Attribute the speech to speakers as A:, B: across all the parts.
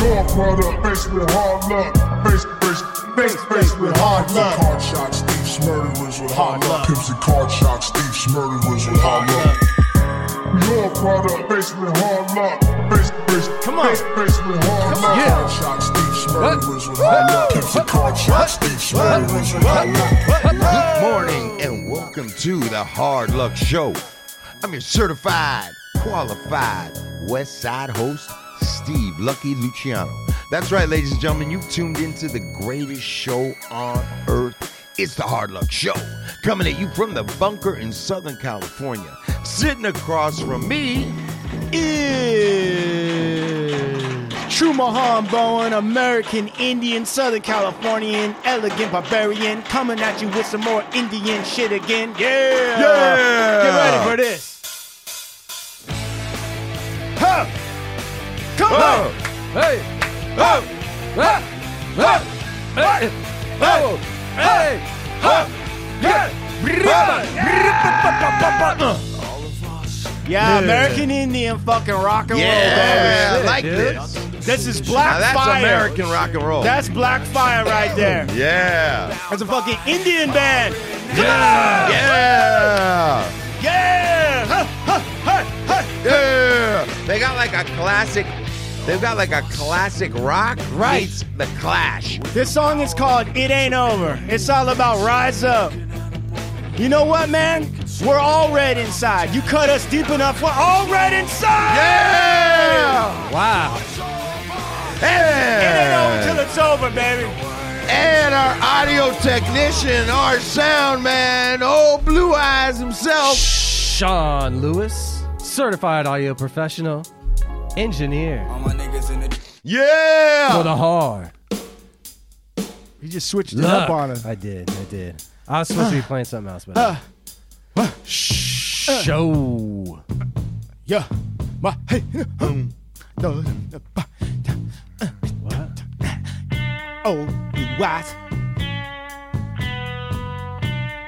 A: all brought up, faced with hard luck. Face, face, face, face with hard luck. Card shots, thieves, murderers with hard luck. Pimps and card shots, thieves, murderers with hard luck. We all brought up, faced with hard luck. Face, face,
B: Come on.
A: face, face with hard
B: Come
A: luck.
B: on. Yeah.
A: Card shots, thieves, murderers with hard luck. Pimps and card shots, thieves, murderers with hard luck.
C: Good morning and welcome to the Hard Luck Show. I'm your certified, qualified West Side host, Steve Lucky Luciano. That's right, ladies and gentlemen, you've tuned into the greatest show on earth. It's the Hard Luck Show, coming at you from the bunker in Southern California. Sitting across from me
B: is True Mahan Bowen, American Indian, Southern Californian, elegant barbarian, coming at you with some more Indian shit again. Yeah!
C: Yeah!
B: Get ready for this. Huh! Come
C: Huh!
B: on! Hey! Huh! Huh! Huh! Hey! Hey! Hey! Huh! Yeah! Yeah, American Indian fucking rock and
C: Yeah,
B: roll,
C: I
B: baby.
C: like
B: Shit,
C: this.
B: dude. This is
C: Now
B: Black
C: that's
B: Fire.
C: American rock and roll.
B: That's Black Fire right there.
C: yeah.
B: That's a fucking Indian band. Come
C: Yeah.
B: on!
C: Yeah.
B: Yeah! Huh, huh, huh, huh.
C: Yeah. They got like a classic. They've got like a classic rock
B: Right.
C: meets the Clash.
B: This song is called It Ain't Over. It's all about Rise Up. You know what, man? We're all red inside. You cut us deep enough, we're all red inside!
C: Yeah.
B: Wow. It ain't over till
C: Yeah.
B: it's over, baby.
C: And our audio technician, our sound man, old Blue Eyes himself.
D: Sean Lewis, certified audio professional, engineer
E: All my niggas in the
D: for
C: Yeah.
D: the hard.
B: You just switched it
D: Look,
B: up on us.
D: I did, I did. I was supposed to be playing something else, but show.
B: Yeah. My, hey. No.
D: What?
B: Oh, White.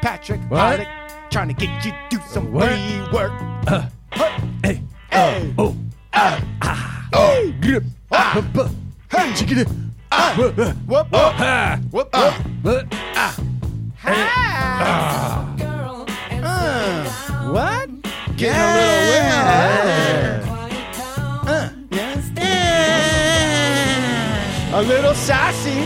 B: Patrick
D: What?
B: Pollock trying to get you to some
D: What? Uh,
B: free work.
D: Hey,
B: Hey.
D: oh, ah, ah, oh, grip, ah, buh, hey, chicken, it, ah, buh, buh,
B: Whoop,
D: oh,
B: whoop,
D: ah,
B: whoop, whoop.
D: buh.
B: Ah. Uh, what? Getting a little women. Uh, yes. A little sassy.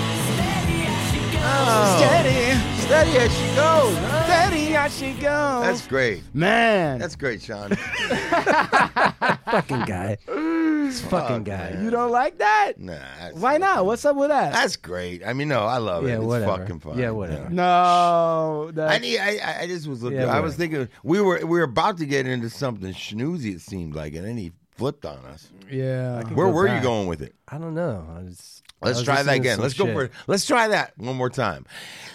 B: Steady.
C: Steady as she goes.
B: Steady as she goes.
C: That's great.
B: Man.
C: That's great, Sean.
D: fucking guy, this fucking guy.
B: uh, you don't like that?
C: Nah. that's-
B: Why not? What's up with that?
C: That's great. I mean, no, I love it.
D: Yeah,
C: it's
D: whatever.
C: fucking fun.
D: Yeah, whatever.
B: no. That's,
C: I need. I, I- I just was looking.
D: Yeah,
C: I was
D: whatever.
C: thinking we were we were about to get into something schnoozy. It seemed like, and then he flipped on us.
B: yeah.
C: Where
D: go
C: were you
D: back.
C: going with it?
D: I don't know. I was,
C: Let's try that again. Let's go for it. Let's try that one more time.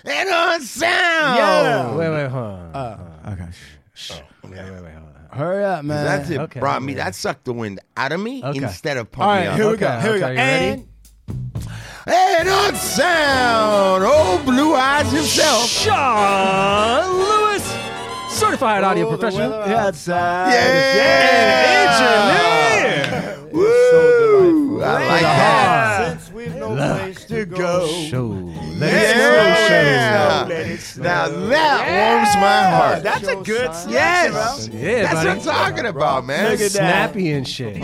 C: And on sound.
B: Yeah.
D: Wait, wait, hold on.
B: Okay.
D: wait, wait, wait, hold on.
B: Hurry up, man.
C: That's it.
D: Okay,
C: brought me.
D: yeah.
C: That sucked the wind out of me
D: Okay.
C: instead of
B: All
C: pumping
B: right,
C: me
B: here
C: up.
B: we go.
D: Okay,
B: Here we
D: okay,
B: go.
D: you ready?
B: and
C: And on sound, old Blue Eyes himself.
D: Sean Uh, Lewis, certified audio
B: Oh, the
D: professional.
B: weather outside
C: Yeah.
B: is-
C: Yeah.
B: Engineer.
C: Woo! I like that.
D: Yeah.
B: Since we've no place to go.
D: Show. Let
C: Yeah.
D: it snow,
C: Yeah.
B: Let it snow.
C: Now that warms my heart.
B: That's a good selection, bro.
C: yes.
D: show. Yeah,
C: That's
D: buddy.
C: what I'm talking about, man.
B: Look at that.
D: Snappy and shit.
C: You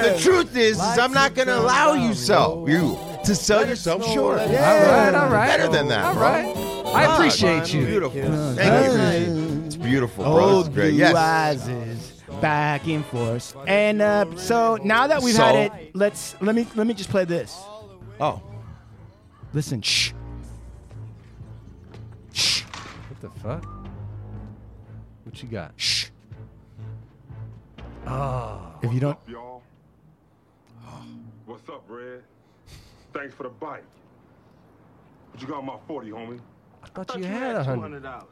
C: see, bro, the truth is, is I'm not going to allow yourself, you, to sell yourself short.
D: All right, all right.
C: Better than that,
D: All
C: bro.
D: right. I appreciate you.
C: Beautiful. Thank you. It's beautiful, bro. It's
B: Old
C: great.
B: blue
C: Yes.
B: eyes is back and forth. And uh, so now that we've
C: So-
B: had it, let's let me let me just play this.
C: Oh.
B: Listen, shh. Shh.
D: What the fuck? What you got?
B: Shh.
D: Ah.
B: If you don't,
F: y'all. What's up, Red? Thanks for the bike. But you got my 40, homie.
D: I thought you had a hundred.
F: dollars.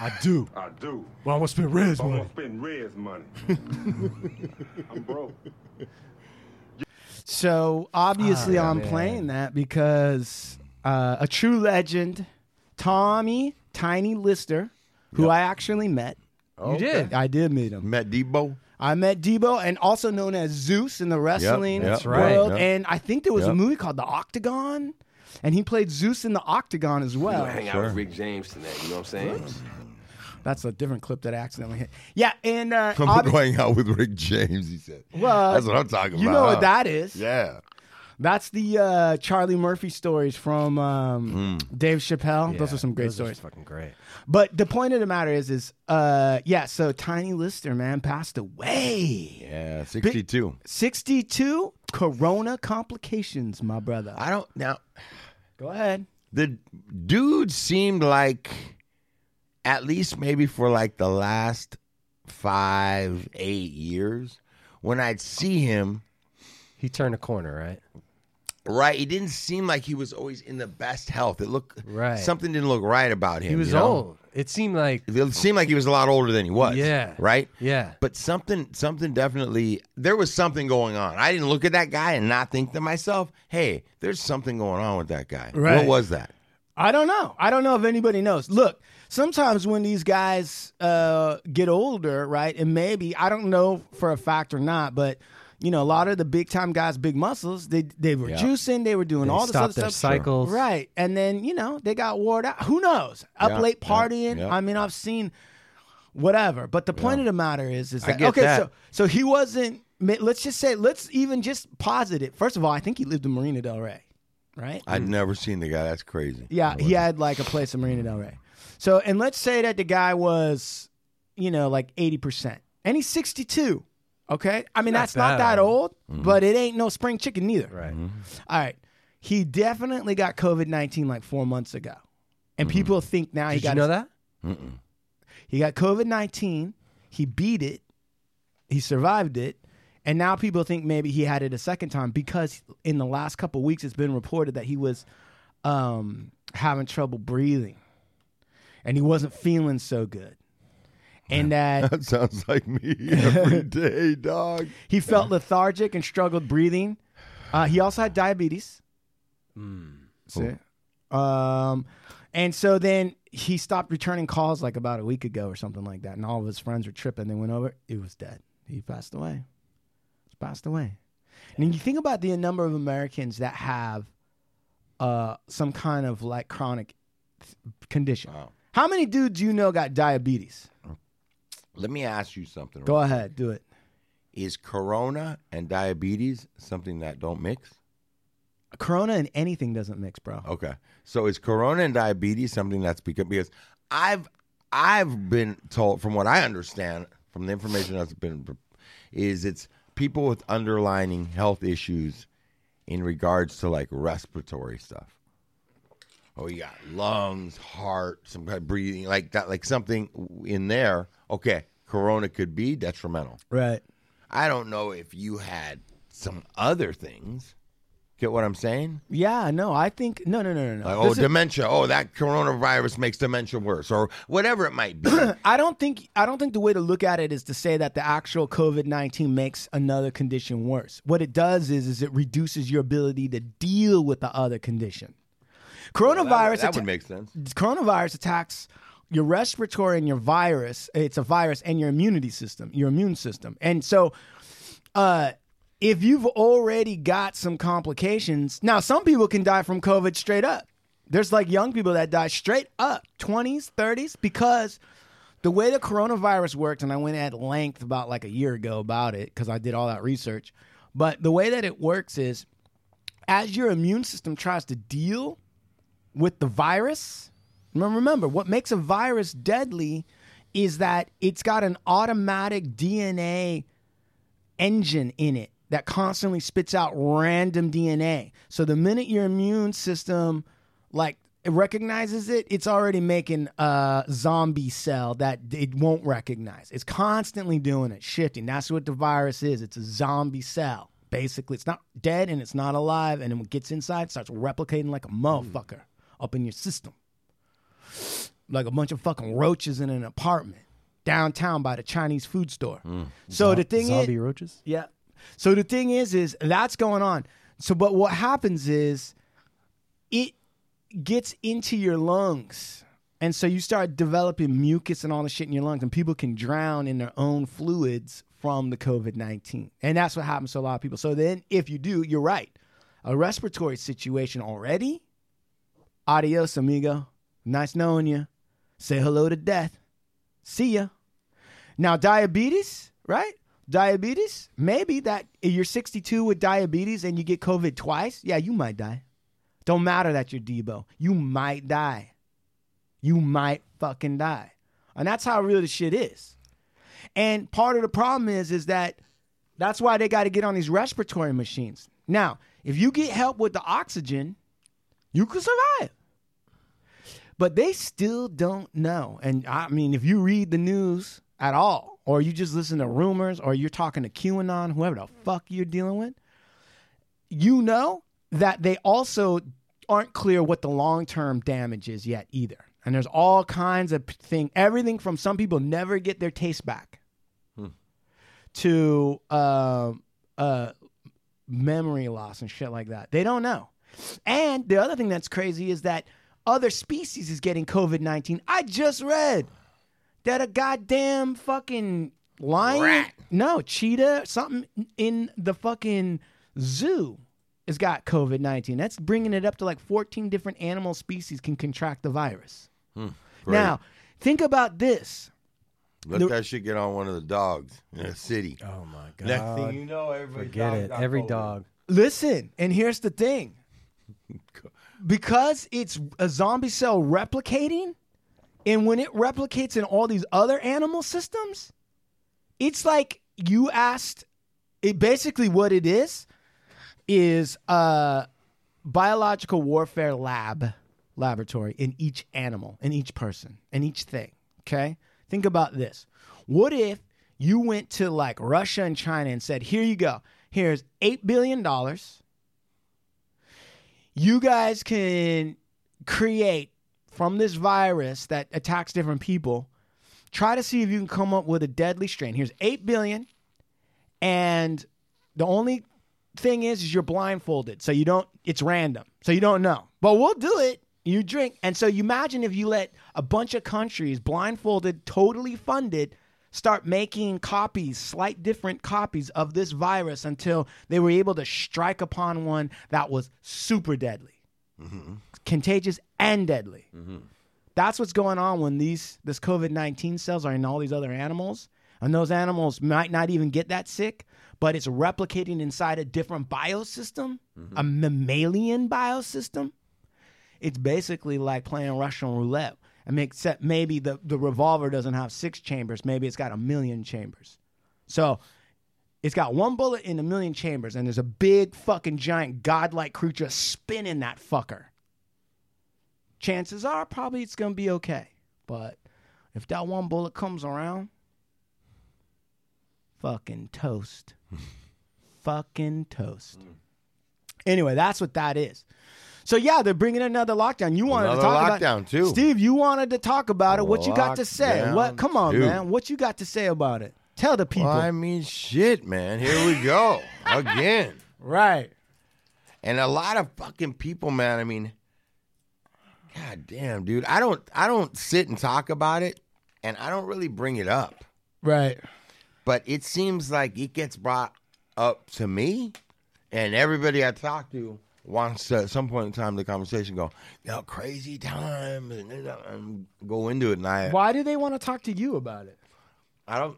D: I do.
F: I do.
D: Well, I almost spent Red's
F: I'm gonna spend Red's money. I'm broke.
B: so obviously
D: Ah,
B: I'm
D: man.
B: playing that because uh, a true legend, Tommy Tiny Lister, who I actually met.
D: You did.
B: I did meet him.
C: Met Debo.
B: I met Debo, and also known as Zeus in the wrestling
C: yep, That's
D: right,
B: world.
C: yep.
B: And I think there was a
C: Yep.
B: movie called The Octagon, and he played Zeus in the Octagon as well.
E: I hang out with Rick James tonight. You know what I'm saying?
B: That's a different clip that I accidentally hit. Yeah, and uh,
C: I'm
B: obvi-
C: going out with Rick James. He said,
B: Well,
C: "That's what I'm talking
B: you
C: about."
B: know
C: huh?
B: what that is.
C: Yeah,
B: That's the uh, Charlie Murphy stories from um,
C: Hmm.
B: Dave Chappelle. those
D: Yeah,
B: are some great
D: those are
B: stories.
D: fucking great.
B: But the point of the matter is, is uh, yeah. So Tiny Lister, man, passed away.
C: yeah, 62.
B: 62 corona complications, my brother.
C: I don't now.
B: Go ahead.
C: The dude seemed like, at least maybe for like the last five, eight years, when I'd see him.
D: He turned a corner, right?
C: Right, he didn't seem like he was always in the best health. It looked
D: Right.
C: Something didn't look right about him.
D: He was
C: you know?
D: old. It seemed like
C: It seemed like he was a lot older than he was.
D: Yeah.
C: Right.
D: yeah.
C: But something, something definitely, there was something going on. I didn't look at that guy and not think to myself, "Hey, there's something going on with that guy."
B: Right.
C: What was that?
B: I don't know. I don't know if anybody knows. Look, sometimes when these guys uh, get older, right, and maybe I don't know for a fact or not, but you know, a lot of the big time guys, big muscles, they they were juicing, they were doing
D: They
B: all this other
D: stopped their
B: stuff,
D: cycles.
B: right? And then you know they got wore out. Who knows? Up
C: Yeah,
B: late
C: yeah,
B: partying.
C: yeah.
B: I mean, I've seen whatever. But the point of the matter is, is
C: I
B: that
C: get
B: okay?
C: that.
B: So so he wasn't. ma- Let's just say, let's even just posit it. First of all, I think he lived in Marina Del Rey, right?
D: Hmm.
C: I'd never seen the guy. That's crazy.
B: Yeah, he had like a place in Marina Del Rey. So, and let's say that the guy was, you know, like 80%. And he's 62. Okay? I mean,
D: Not
B: that's not
D: that
B: that old, but it ain't no spring chicken neither.
D: Right.
B: All right. He definitely got COVID 19 like four months ago. And people think now
D: Mm-hmm.
B: he
D: Did
B: got
D: you know that?
B: he got COVID 19. He beat it. He survived it. And now people think maybe he had it a second time because in the last couple weeks, it's been reported that he was um, having trouble breathing and he wasn't feeling so good. And that
C: That sounds like me every day, dog.
B: he felt lethargic and struggled breathing. Uh, he also had diabetes. See? Um, and so then he stopped returning calls like about a week ago or something like that. And all of his friends were tripping. They went over. It was dead. He passed away. He passed away. And you think about the number of Americans that have uh, some kind of like chronic th- condition. How many dudes you know got diabetes?
C: Let me ask you something.
B: Go ahead, do it.
C: Is corona and diabetes something that don't mix?
B: Corona and anything doesn't mix, bro.
C: Okay. So is corona and diabetes something that's because because I've I've been told from what I understand from the information that's been is it's people with underlining health issues in regards to like respiratory stuff. Oh, you got lungs, heart, some kind of breathing like that, like something in there. Okay, corona could be detrimental.
B: Right.
C: I don't know if you had some other things. Get what I'm saying?
B: Yeah, no, I think no, no, no, no, no.
C: Like, oh,
B: This is-
C: dementia. Oh, that coronavirus makes dementia worse, or whatever it might be.
B: I don't think I don't think the way to look at it is to say that the actual COVID nineteen makes another condition worse. What it does is is it reduces your ability to deal with the other condition.
C: that,
B: Coronavirus
C: that
B: atta-
C: would make sense.
B: coronavirus attacks your respiratory and your virus. It's a virus and your immunity system, your immune system. And so, uh, if you've already got some complications, now some people can die from COVID straight up. There's like young people that die straight up, 20s, 30s, because the way the coronavirus works, and I went at length about like a year ago about it because I did all that research. But the way that it works is as your immune system tries to deal with the virus, remember, remember what makes a virus deadly is that it's got an automatic DNA engine in it that constantly spits out random DNA. So the minute your immune system like it recognizes it, it's already making a zombie cell that it won't recognize. It's constantly doing it, shifting. That's what the virus is. It's a zombie cell. Basically, it's not dead and it's not alive, and then when it gets inside, it starts replicating like a motherfucker up in your system like a bunch of fucking roaches in an apartment downtown by the Chinese food store. So the thing
D: Zombie
B: is,
D: roaches?
B: yeah. So the thing is, is that's going on. So, but what happens is, it gets into your lungs, and so you start developing mucus and all the shit in your lungs, and people can drown in their own fluids from the COVID 19. And that's what happens to a lot of people. So then, if you do, you're right. A respiratory situation already. Adios, amigo. Nice knowing you. Say hello to death. See ya. Now, diabetes, right? Diabetes, maybe that if you're 62 with diabetes and you get COVID twice. Yeah, you might die. Don't matter that you're Debo. You might die. You might fucking die. And that's how real the shit is. And part of the problem is, is that that's why they got to get on these respiratory machines. Now, if you get help with the oxygen, you can survive. But they still don't know. And I mean, if you read the news at all, or you just listen to rumors, or you're talking to QAnon, whoever the fuck you're dealing with, you know that they also aren't clear what the long term damage is yet either. And there's all kinds of p- thing, everything from some people never get their taste back to uh, uh, memory loss and shit like that. They don't know. And the other thing that's crazy is that other species is getting COVID 19. I just read that a goddamn fucking lion, no, cheetah, something in the fucking zoo has got COVID 19. That's bringing it up to like 14 different animal species can contract the virus. Now, think about this.
C: Let that shit get on one of the dogs in a city.
G: Oh my god.
C: Next thing you know, everybody
G: Forget
C: dog
G: it.
C: got
G: Every
C: COVID.
G: dog.
B: Listen, and here's the thing. Because it's a zombie cell replicating, and when it replicates in all these other animal systems, it's like you asked it basically what it is is uh, a biological warfare lab laboratory in each animal, in each person, in each thing. Okay? Think about this. What if you went to like Russia and China and said, here you go, here's $8 billion. You guys can create from this virus that attacks different people. Try to see if you can come up with a deadly strain. Here's 8 billion and the only thing is, is you're blindfolded, so you don't. It's random, so you don't know. But we'll do it. You drink, and so you imagine if you let a bunch of countries blindfolded, totally funded, start making copies, slight different copies of this virus until they were able to strike upon one that was super deadly, contagious and deadly. That's what's going on when these this COVID nineteen cells are in all these other animals, and those animals might not even get that sick, but it's replicating inside a different biosystem, a mammalian biosystem. It's basically like playing Russian roulette. I mean, except maybe the, the revolver doesn't have six chambers. Maybe it's got a million chambers. So it's got one bullet in a million chambers, and there's a big fucking giant godlike creature spinning that fucker chances are probably it's going to be okay. But if that one bullet comes around, fucking toast. fucking toast. Anyway, that's what that is. So yeah, they're bringing another lockdown. You wanted to
C: Another
B: talk
C: lockdown,
B: about
C: too.
B: Steve, you wanted to talk about it. What you got to say? What? Come on,
C: Lockdown, too.
B: man. What you got to say about it? Tell the people.
C: Well, I mean, shit, man. Here we go again.
B: right.
C: And a lot of fucking people, man. I mean, god damn, dude. I don't, I don't sit and talk about it, and I don't really bring it up.
B: Right.
C: But it seems like it gets brought up to me, and everybody I talk to wants to, at some point in time in the conversation go, "Now crazy times," and, and go into it. And I,
B: Why do they want to talk to you about it?
C: I don't.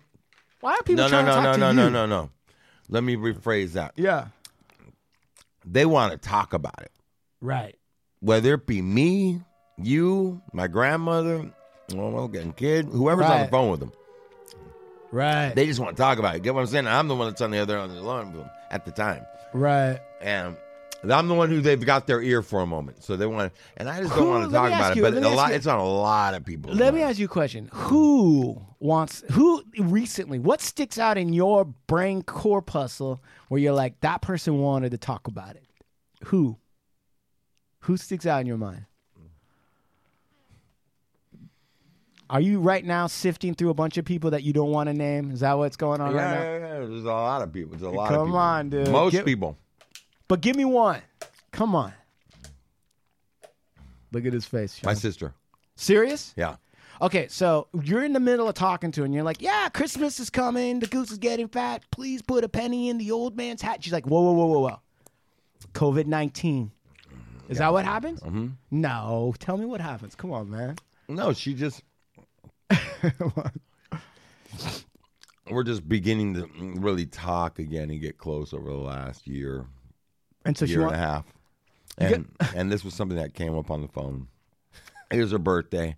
B: Why are people
C: no, no,
B: trying
C: no,
B: to
C: no,
B: talk
C: no,
B: to
C: no,
B: you?
C: no, no. Let me rephrase that.
B: Yeah.
C: They want to talk about it.
B: Right.
C: whether it be me, you, my grandmother, well, getting kid, whoever's on
B: Right.
C: the phone with them,
B: Right.
C: they just want to talk about it. Get what I'm saying? I'm the one that's on the other end of the line with them at the time,
B: right.
C: and I'm the one who they've got their ear for a moment, so they want. to And I just don't
B: Who-
C: want to
B: let
C: talk
B: me ask
C: about
B: you,
C: it, but
B: let
C: a
B: me ask
C: lot,
B: you-
C: it's on a lot of people.
B: Let me ask you a question. Who wants who recently? What sticks out in your brain corpuscle where you're like that person wanted to talk about it? Who? Who sticks out in your mind? Are you right now sifting through a bunch of people that you don't want to name? Is that what's going on
C: Yeah,
B: right now?
C: yeah, yeah, There's a lot of people. There's a lot of
B: Come
C: people.
B: on, dude.
C: Most
B: Get-
C: people.
B: But give me one. Come on. Look at his face.
C: My
B: Sean.
C: sister.
B: Serious?
C: Yeah.
B: Okay, so you're in the middle of talking to her, and you're like, "Yeah, Christmas is coming. The goose is getting fat. Please put a penny in the old man's hat." She's like, "Whoa, whoa, whoa, whoa, whoa! COVID nineteen. Is that what happens? Mm-hmm. No. Tell me what happens. Come on, man.
C: No, she just. We're just beginning to really talk again and get close over the last year,
B: And so she
C: year and a
B: wants.
C: half. And and this was something that came up on the phone. It was her birthday.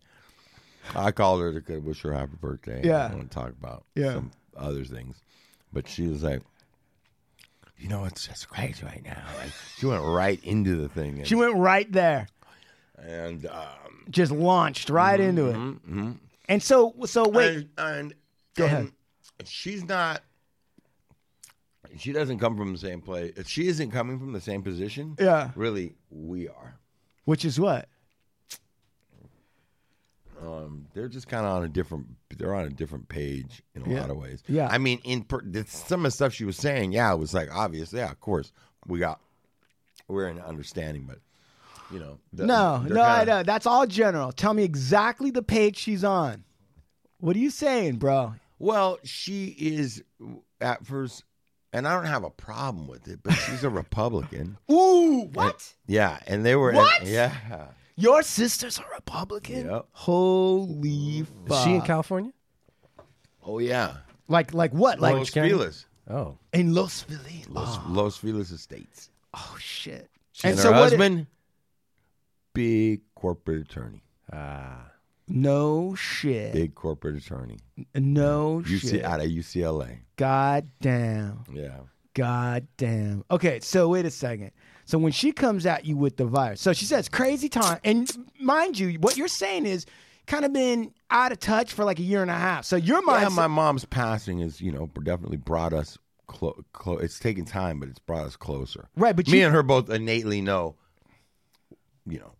C: I called her to wish her happy birthday.
B: Yeah.
C: I want to talk about
B: Yeah.
C: some other things. But she was like, you know, it's just crazy right now. Like, she went right into the thing. And,
B: She went right there.
C: and um,
B: Just launched right into it.
C: Mm-hmm,
B: And so, so wait.
C: And, and
B: Go ahead.
C: and She's not. She doesn't come from the same place. If she isn't coming from the same position,
B: Yeah.
C: really, we are.
B: Which is what?
C: They're just kind of on a different. They're on a different page in a
B: Yeah.
C: lot of ways.
B: Yeah.
C: I mean, in per, this- some of the stuff she was saying, yeah, it was like obvious. Yeah, of course, we got. We're in understanding, but you know, the-
B: No,
C: they're
B: no, I
C: kinda-
B: know. That's all general. Tell me exactly the page she's on. What are you saying, bro?
C: Well, she is at first, and I don't have a problem with it, but she's a Republican.
B: Ooh, what?
C: Yeah, and they were
B: What?
C: yeah,
B: Your sister's a Republican?
C: Yep.
B: Holy fuck.
D: Is she in California?
C: oh yeah,
B: like like what? Like
C: Los
D: County?
C: Feliz,
D: Oh.
B: in Los Feliz.
C: Los, Los Feliz Estates,
B: Oh shit.
C: and, her
B: what-
C: husband, big corporate attorney,
D: Ah.
B: no shit.
C: big corporate attorney,
B: no
C: UC
B: shit.
C: out of UCLA.
B: God damn.
C: Yeah,
B: God damn. Okay, so wait a second. So when she comes at you with the virus, so she says crazy time, and mind you, what you're saying is kind of been out of touch for like a year and a half. So your
C: yeah.
B: mind,
C: My mom's passing is you know definitely brought us close. Clo- it's taken time, but it's brought us closer.
B: Right, but
C: me
B: you-
C: and her both innately know, you know.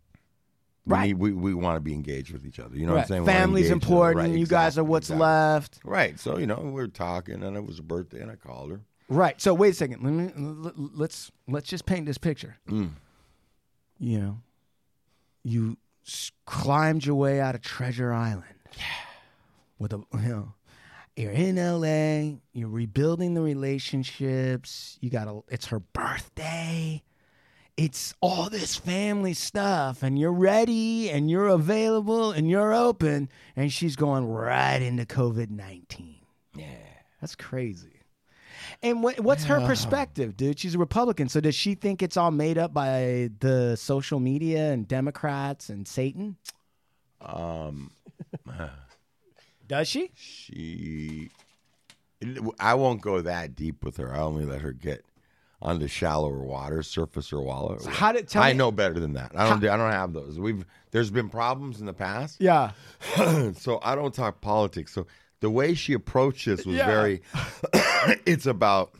C: We,
B: Right.
C: need, we we want to be engaged with each other. You know what I'm
B: right,
C: saying? We wanna
B: family's
C: engage with other.
B: important.
C: Right,
B: you guys
C: exactly,
B: are what's
C: exactly.
B: left.
C: Right. So, you know, we were talking and it was her birthday and I called her.
B: Right. So wait a second. Let me l- l- let's let's just paint this picture. You know, you s- climbed your way out of Treasure Island. Yeah. With a you know, you're in LA. You're rebuilding the relationships. You got a. It's her birthday. It's all this family stuff, and you're ready, and you're available, and you're open, and she's going right into COVID nineteen. Yeah, that's crazy. And what, what's her perspective, dude? She's a Republican, so does she think it's all made up by the social media and Democrats and Satan?
C: Um,
B: Does she?
C: she, I won't go that deep with her. I only let her get on the shallower water, surface or wallet.
B: How did tell
C: I
B: me-
C: know better than that. I don't. do I don't have those. We've there's been problems in the past,
B: Yeah,
C: so I don't talk politics. So the way she approached this was
B: Yeah.
C: very. it's about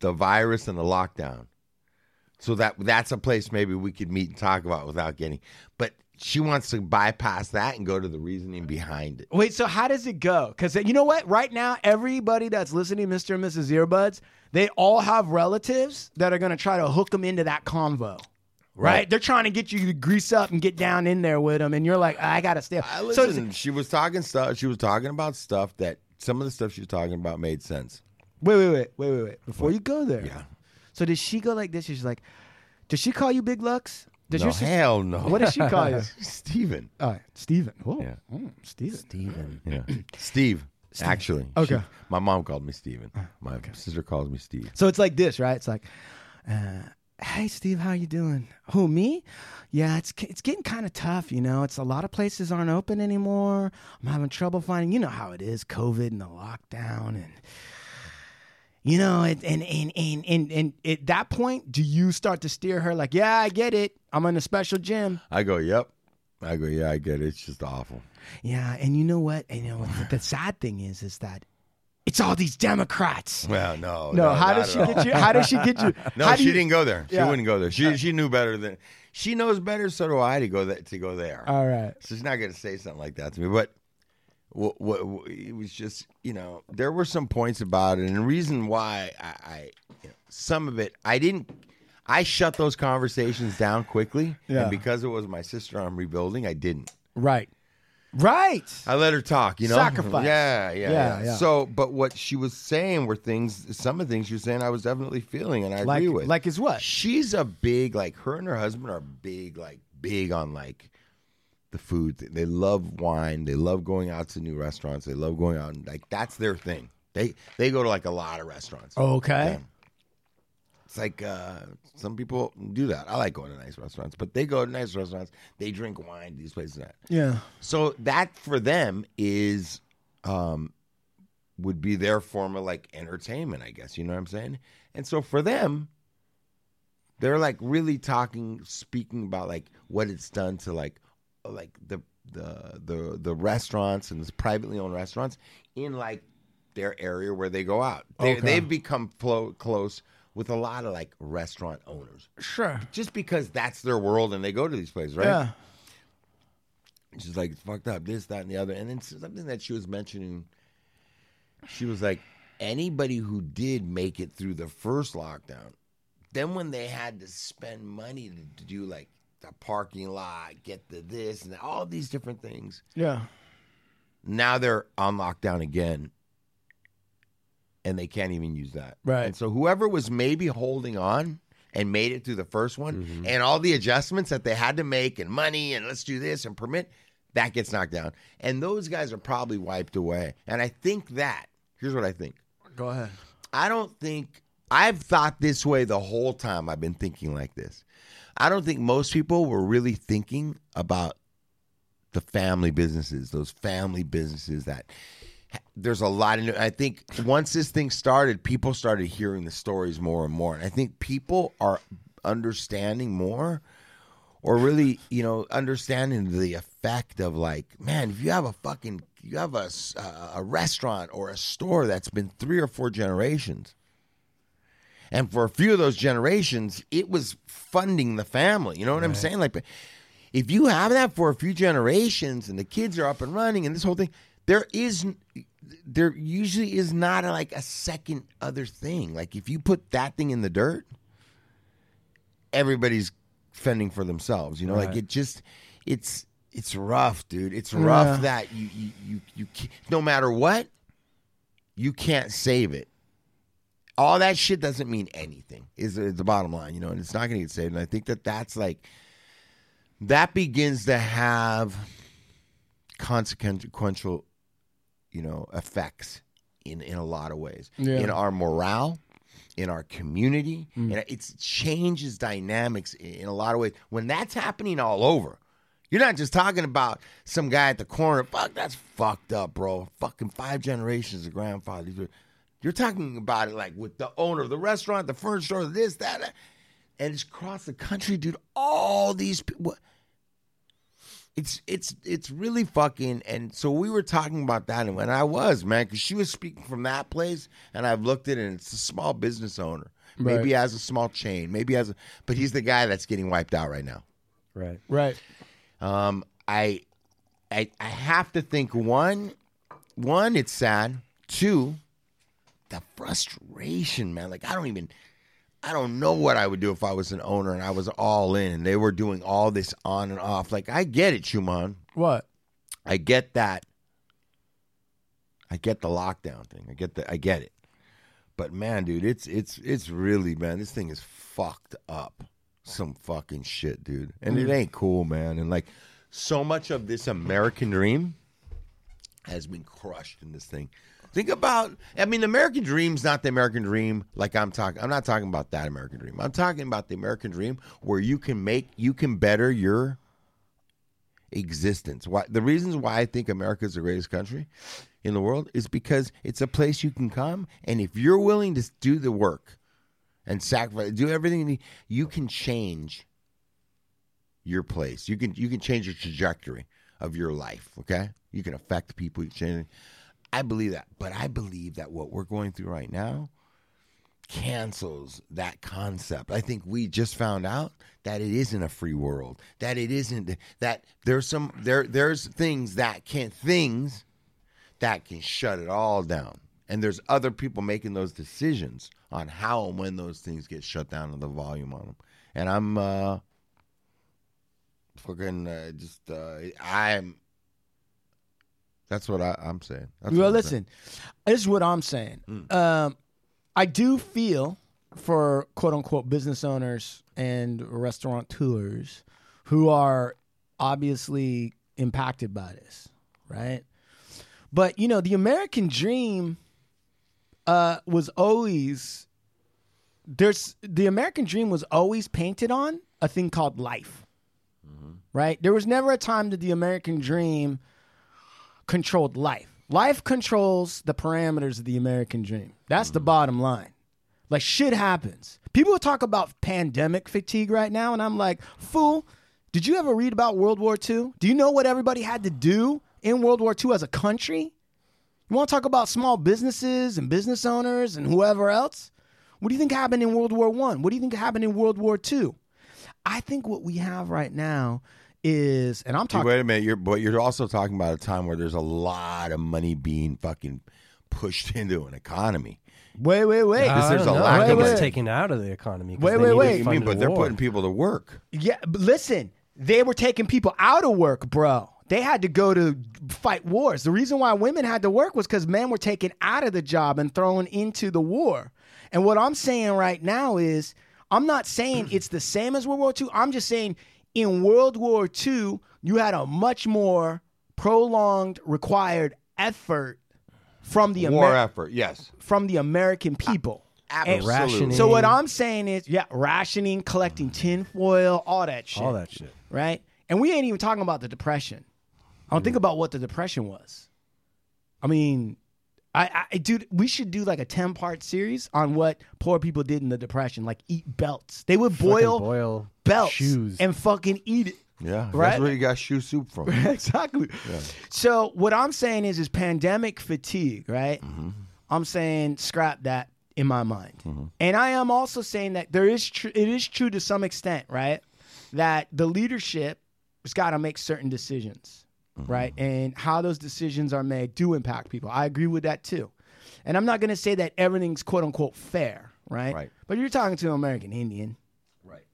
C: the virus and the lockdown. So that that's a place maybe we could meet and talk about without getting. But she wants to bypass that and go to the reasoning behind it.
B: Wait, so how does it go? Because you know what? Right now, everybody that's listening, Mr. and Mrs. Earbuds, they all have relatives that are going to try to hook them into that convo. Right.
C: Right.
B: They're trying to get you to grease up and get down in there with them. And you're like, I got to stay.
C: I
B: so,
C: listen. she was talking stuff. She was talking about stuff that some of the stuff she was talking about made sense.
B: wait, wait, wait, wait, wait, wait. Before you go there. Yeah. So, does she go like this? She's like, Does she call you Big Lux? Does
C: no,
B: your sister-
C: hell no.
B: What does she call you?
C: Steven?
B: All right, Steven. Whoa.
C: Yeah.
B: Mm, Steven. Steven.
C: Yeah, Steve. Actually,
B: Okay. Ah,
C: She- my mom called me Steven. My sister calls me Steve.
B: So it's like this, right? It's like, uh, hey, Steve, how you doing? Who, me? Yeah, it's it's getting kind of tough, you know. It's a lot of places aren't open anymore. I'm having trouble finding, you know how it is, COVID and the lockdown and. You know, and and and and and, and at that point, do you start to steer her like, "Yeah, I get it. I'm in a special gym.
C: I go, yep. I go, yeah, I get it. It's just awful.
B: Yeah, and you know what? And you know the- the sad thing is, is that it's all these Democrats.
C: Well, no,
B: No, how
C: not
B: does she
C: at all.
B: get you? How does she get you?
C: No,
B: how do
C: she
B: you-
C: didn't go there. She
B: Yeah.
C: wouldn't go there. She she knew better than she knows better. So do I to go that to go there.
B: All right.
C: So she's not going to say something like that to me. But what, what, what- it was just, you know, there were some points about it, and the reason why I, I you know, some of it, I didn't, I shut those conversations down quickly,
B: Yeah.
C: and because it was my sister I'm rebuilding, I didn't.
B: Right. Right.
C: I let her talk, you know.
B: Sacrifice.
C: Yeah, yeah,
B: Yeah,
C: yeah,
B: yeah.
C: So, but what she was saying were things. Some of the things she was saying, I was definitely feeling, and I
B: Like-
C: agree with.
B: like is what?
C: She's a big like her and her husband are big like big on like the food. They love wine. They love going out to new restaurants. They love going out and like that's their thing. They they go to like a lot of restaurants.
B: Oh, Okay.
C: Yeah. It's like uh, some people do that. I like going to nice restaurants, but they go to nice restaurants. They drink wine. These places and that.
B: Yeah.
C: So that for them is um would be their form of like entertainment, I guess. You know what I'm saying? And so for them, they're like really talking, speaking about like what it's done to like like the the the the restaurants and the privately owned restaurants in like their area where they go out. They,
B: Okay.
C: They've become flo- close with a lot of like restaurant owners
B: Sure.
C: just because that's their world and they go to these places, right?
B: Yeah.
C: she's like it's fucked up this that and the other and then something that she was mentioning she was like anybody who did make it through the first lockdown then when they had to spend money to, to do like the parking lot get the this and all these different things
B: Yeah.
C: now they're on lockdown again and they can't even use that
B: Right.
C: and so whoever was maybe holding on and made it through the first one
B: Mm-hmm.
C: and all the adjustments that they had to make and money and let's do this and permit that gets knocked down and those guys are probably wiped away and i think that here's what i think
B: Go ahead.
C: I don't think I've thought this way the whole time I've been thinking like this. I don't think most people were really thinking about the family businesses, those family businesses that there's a lot in it. I think once this thing started, people started hearing the stories more and more. And I think people are understanding more or really, you know, understanding the effect of like, man, if you have a fucking, you have a, s- a- a restaurant or a store that's been three or four generations. And for a few of those generations, it was funding the family. You know what I'm saying? Like, if you have that for a few generations and the kids are up and running and this whole thing, there is there usually is not like a second other thing. Like if you put that thing in the dirt, everybody's fending for themselves. You know, like
B: Right.
C: it just it's it's rough, dude. It's rough
B: Yeah.
C: that you you you, you ca- no matter what, you can't save it. All that shit doesn't mean anything. Is is the bottom line, you know, and it's not going to get saved. And I think that that's like that begins to have consequential, you know, effects in in a lot of ways
B: Yeah.
C: in our morale, in our community, and it changes dynamics i- in a lot of ways. When that's happening all over, you're not just talking about some guy at the corner. Fuck, that's fucked up, bro. Fucking five generations of grandfathers. You're talking about it like with the owner of the restaurant, the furniture store, this, that, that. and it's across the country, dude. All these people. It's it's it's really fucking. And so we were talking about that, and when I was man, because she was speaking from that place, and I've looked at it, and it's a small business owner.
B: Right.
C: Maybe he has a small chain. Maybe he has a, but he's the guy that's getting wiped out right now.
D: Right.
B: Right.
C: Um, I, I, I have to think one, one, it's sad. Two, the frustration, man. Like I don't even, I don't know what I would do if I was an owner and I was all in and they were doing all this on and off. Like I get it, Schumann.
B: What?
C: I get that. I get the lockdown thing. I get the I get it. But man, dude, it's it's it's really man, this thing is fucked up. Some fucking shit, dude. And it ain't cool, man. And like so much of this American dream has been crushed in this thing. Think about I mean the American dream's not the American dream like I'm talking I'm not talking about that American dream. I'm talking about the American dream where you can make you can better your existence. Why the reasons why I think America is the greatest country in the world is because it's a place you can come and if you're willing to do the work and sacrifice do everything you need, you can change your place. You can you can change the trajectory of your life, okay? You can affect people, you can change I believe that. But I believe that what we're going through right now cancels that concept. I think we just found out that it isn't a free world. That it isn't that there's some there there's things that can things that can shut it all down. And there's other people making those decisions on how and when those things get shut down and the volume on them. And I'm uh fucking uh, just uh, I'm. That's what I, I'm saying. Hmm. That's what
B: well,
C: I'm
B: listen, this is what I'm saying. Um, I do feel for quote unquote business owners and restaurateurs who are obviously impacted by this, right? But you know, the American dream uh, was always there's the American dream was always painted on a thing called life,
C: Mm-hmm.
B: right? There was never a time that the American dream controlled life. Life controls the parameters of the American dream. That's
C: Mm.
B: the bottom line. Like shit happens. People talk about pandemic fatigue right now, and I'm like, fool, did you ever read about World War II? Do you know what everybody had to do in World War II as a country? You want to talk about small businesses and business owners and whoever else? What do you think happened in World War One? What do you think happened in World War II? I think what we have right now is, and I'm
C: Dude,
B: talking
C: wait a minute, you're but you're also talking about a time where there's a lot of money being fucking pushed into an economy.
B: Wait, wait, wait.
C: Because
G: I
C: there's
G: don't
C: a
G: know.
C: lack
G: I
C: of
G: think it's
C: money.
G: taken out of the economy. 'cause
B: Wait,
G: they
B: wait,
G: needed
B: wait.
G: to
C: You
G: fund
C: mean,
G: the
C: but they're
G: war.
C: putting people to work.
B: Yeah, but listen, they were taking people out of work, bro. They had to go to fight wars. The reason why women had to work was because men were taken out of the job and thrown into the war. And what I'm saying right now is, I'm not saying it's the same as World War II. I'm just saying in World War II, you had a much more prolonged, required effort from the
C: War
B: Amer-
C: effort, yes.
B: from the American people. And-
G: Rationing.
B: so what I'm saying is, yeah, rationing, collecting tinfoil, all that shit.
G: all that shit.
B: Right? And we ain't even talking about the depression. I don't think
G: Mm.
B: about what the depression was. I mean, I, I dude, we should do like a ten part series on what poor people did in the depression, like eat belts. They would boil,
G: Fucking boil
B: belts
G: shoes.
B: and fucking eat it.
C: Yeah,
B: Right?
C: that's where you got shoe soup from.
B: exactly. So what I'm saying is, is pandemic fatigue, right? I'm saying scrap that in my mind, and I am also saying that there is tr- it is true to some extent, right? That the leadership has got to make certain decisions, right? And how those decisions are made do impact people. I agree with that too, and I'm not going to say that everything's quote unquote fair, right?
C: Right.
B: But you're talking to an American Indian.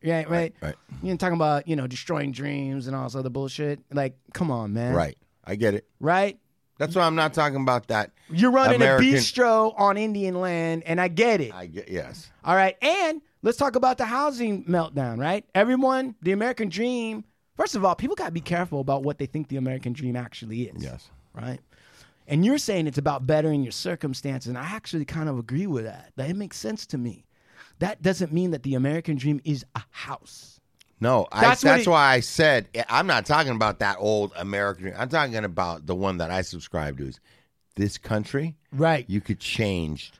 B: Yeah, right.
C: right.
B: You ain't talking about, you know, destroying dreams and all this other bullshit. Like, come on, man.
C: Right, I get it.
B: Right?
C: That's why I'm not talking about that.
B: You're running
C: American-
B: a bistro on Indian land, and I get it.
C: I get yes.
B: all right. And let's talk about the housing meltdown, right? Everyone, the American dream. First of all, people got to be careful about what they think the American dream actually is.
C: Yes.
B: Right? And you're saying it's about bettering your circumstances, and I actually kind of agree with that. That it makes sense to me. That doesn't mean that the American dream is a house.
C: No,
B: That's
C: I,
B: what
C: that's
B: it-
C: why I said eh, I'm not talking about that old American. I'm talking about the one that I subscribe to. Is this country?
B: Right.
C: You could change.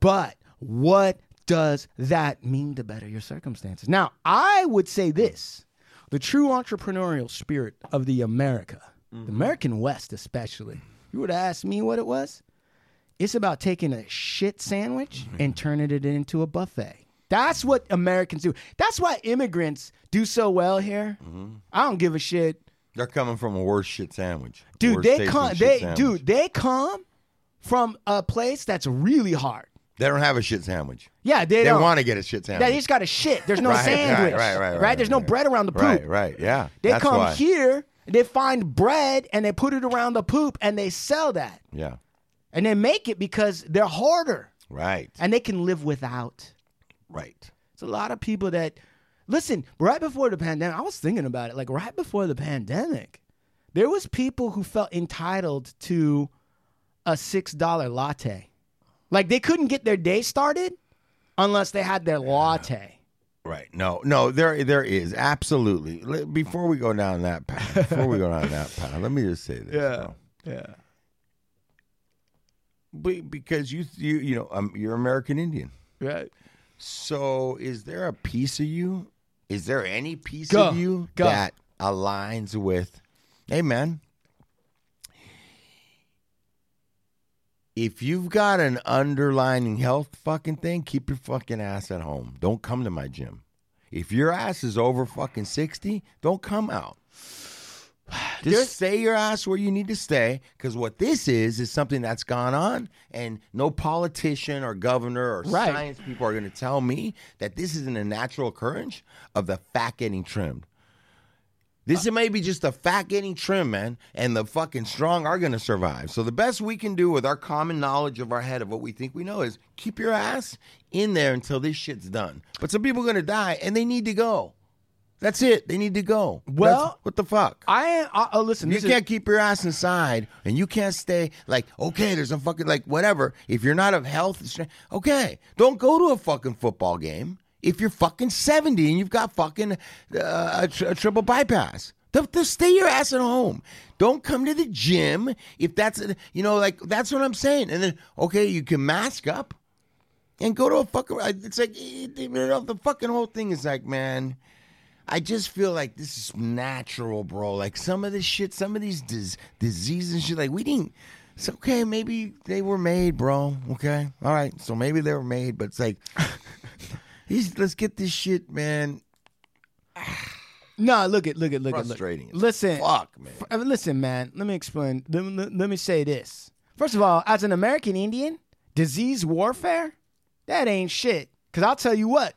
B: But what does that mean to better your circumstances? Now, I would say this the true entrepreneurial spirit of the America,
C: Mm-hmm.
B: the American West especially, you would ask me what it was? It's about taking a shit sandwich
C: Mm-hmm.
B: and turning it into a buffet. That's what Americans do. That's why immigrants do so well here.
C: Mm-hmm.
B: I don't give a shit
C: They're coming from a worse shit sandwich.
B: dude
C: Worse
B: they
C: tasting
B: come
C: shit
B: they
C: sandwich.
B: dude they come from a place that's really hard
C: They don't have a shit sandwich.
B: yeah they,
C: They,
B: don't
C: want to get a shit sandwich.
B: they just got a shit there's no
C: Right, right,
B: sandwich
C: right, right, right,
B: there's no
C: right.
B: bread around the poop
C: right, right, yeah.
B: they
C: That's
B: come
C: why.
B: here they find bread and they put it around the poop and they sell that
C: Yeah,
B: and they make it because they're harder
C: right,
B: and they can live without
C: right.
B: It's a lot of people that listen. Right before the pandemic, I was thinking about it. Like right before the pandemic, there was people who felt entitled to a six dollar latte. Like they couldn't get their day started unless they had their latte.
C: Right. No, no, there there is. Absolutely. Le- Before we go down that path, before we go down that path, let me just say this. Yeah.
B: Yeah.
C: because you you you know, um, you're American Indian.
B: Right.
C: So, is there a piece of you? Is there any piece
B: Go.
C: of you
B: Go.
C: that aligns with Hey man, if you've got an underlining health fucking thing, keep your fucking ass at home. Don't come to my gym. If your ass is over fucking 60, don't come out. Just stay your ass where you need to stay because what this is is something that's gone on, and no politician or governor or
B: Right.
C: science people are going to tell me that this isn't a natural occurrence of the fat getting trimmed. This is maybe just a fat getting trim, man, and the fucking strong are gonna survive. So the best we can do with our common knowledge of our head of what we think we know is keep your ass in there until this shit's done. But some people are gonna die and they need to go. That's it. They need to go. That's-
B: Well,
C: what the fuck?
B: I, I oh, listen.
C: You
B: this is-
C: can't keep your ass inside, and you can't stay like okay. There's a fucking like whatever. If you're not of health, and strength- okay, don't go to a fucking football game if you're fucking seventy and you've got fucking uh, a, tr- a triple bypass. Don't- Just stay your ass at home. Don't come to the gym if that's you know like that's what I'm saying. And then okay, you can mask up and go to a fucking. It's like eh, eh, you know, the fucking whole thing is like man. I just feel like this is natural, bro. Like some of this shit, some of these dis- diseases and shit, like we didn't. It's okay, maybe they were made, bro. Okay, all right. So maybe they were made, but it's like, these- let's get this shit, man.
B: No, look at look at look at look.
C: Frustrating. as
B: Listen,
C: fuck, man.
B: I mean, listen, man. Let me explain. Let, let- let me say this. First of all, as an American Indian, disease warfare, that ain't shit. Cause I'll tell you what,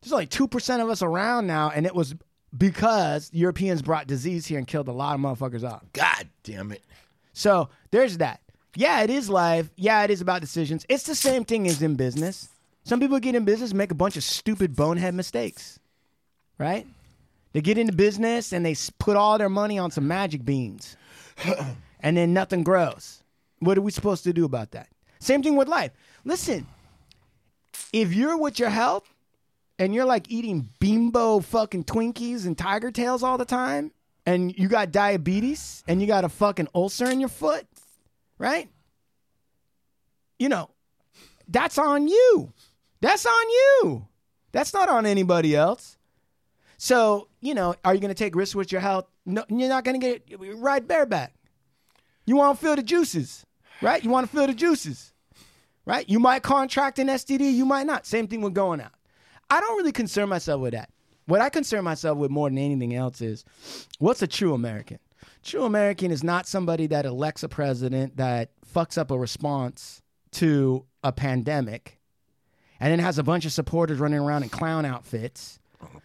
B: there's only two percent of us around now, and it was because Europeans brought disease here and killed a lot of motherfuckers off.
C: God damn it.
B: So there's that. Yeah, it is life. Yeah, it is about decisions. It's the same thing as in business. Some people get in business, make a bunch of stupid bonehead mistakes, right? They get into business and they s- put all their money on some magic beans, and then nothing grows. What are we supposed to do about that? Same thing with life. Listen, if you're with your health and you're like eating bimbo fucking Twinkies and Tiger Tails all the time, and you got diabetes and you got a fucking ulcer in your foot, right? You know, that's on you. That's on you. That's not on anybody else. So, you know, are you going to take risks with your health? No, you're not going to get ride bareback. You want to feel the juices, right? You want to feel the juices, right? You might contract an STD, you might not. Same thing with going out. I don't really concern myself with that. What I concern myself with more than anything else is what's a true American? True American is not somebody that elects a president that fucks up a response to a pandemic and then has a bunch of supporters running around in clown outfits.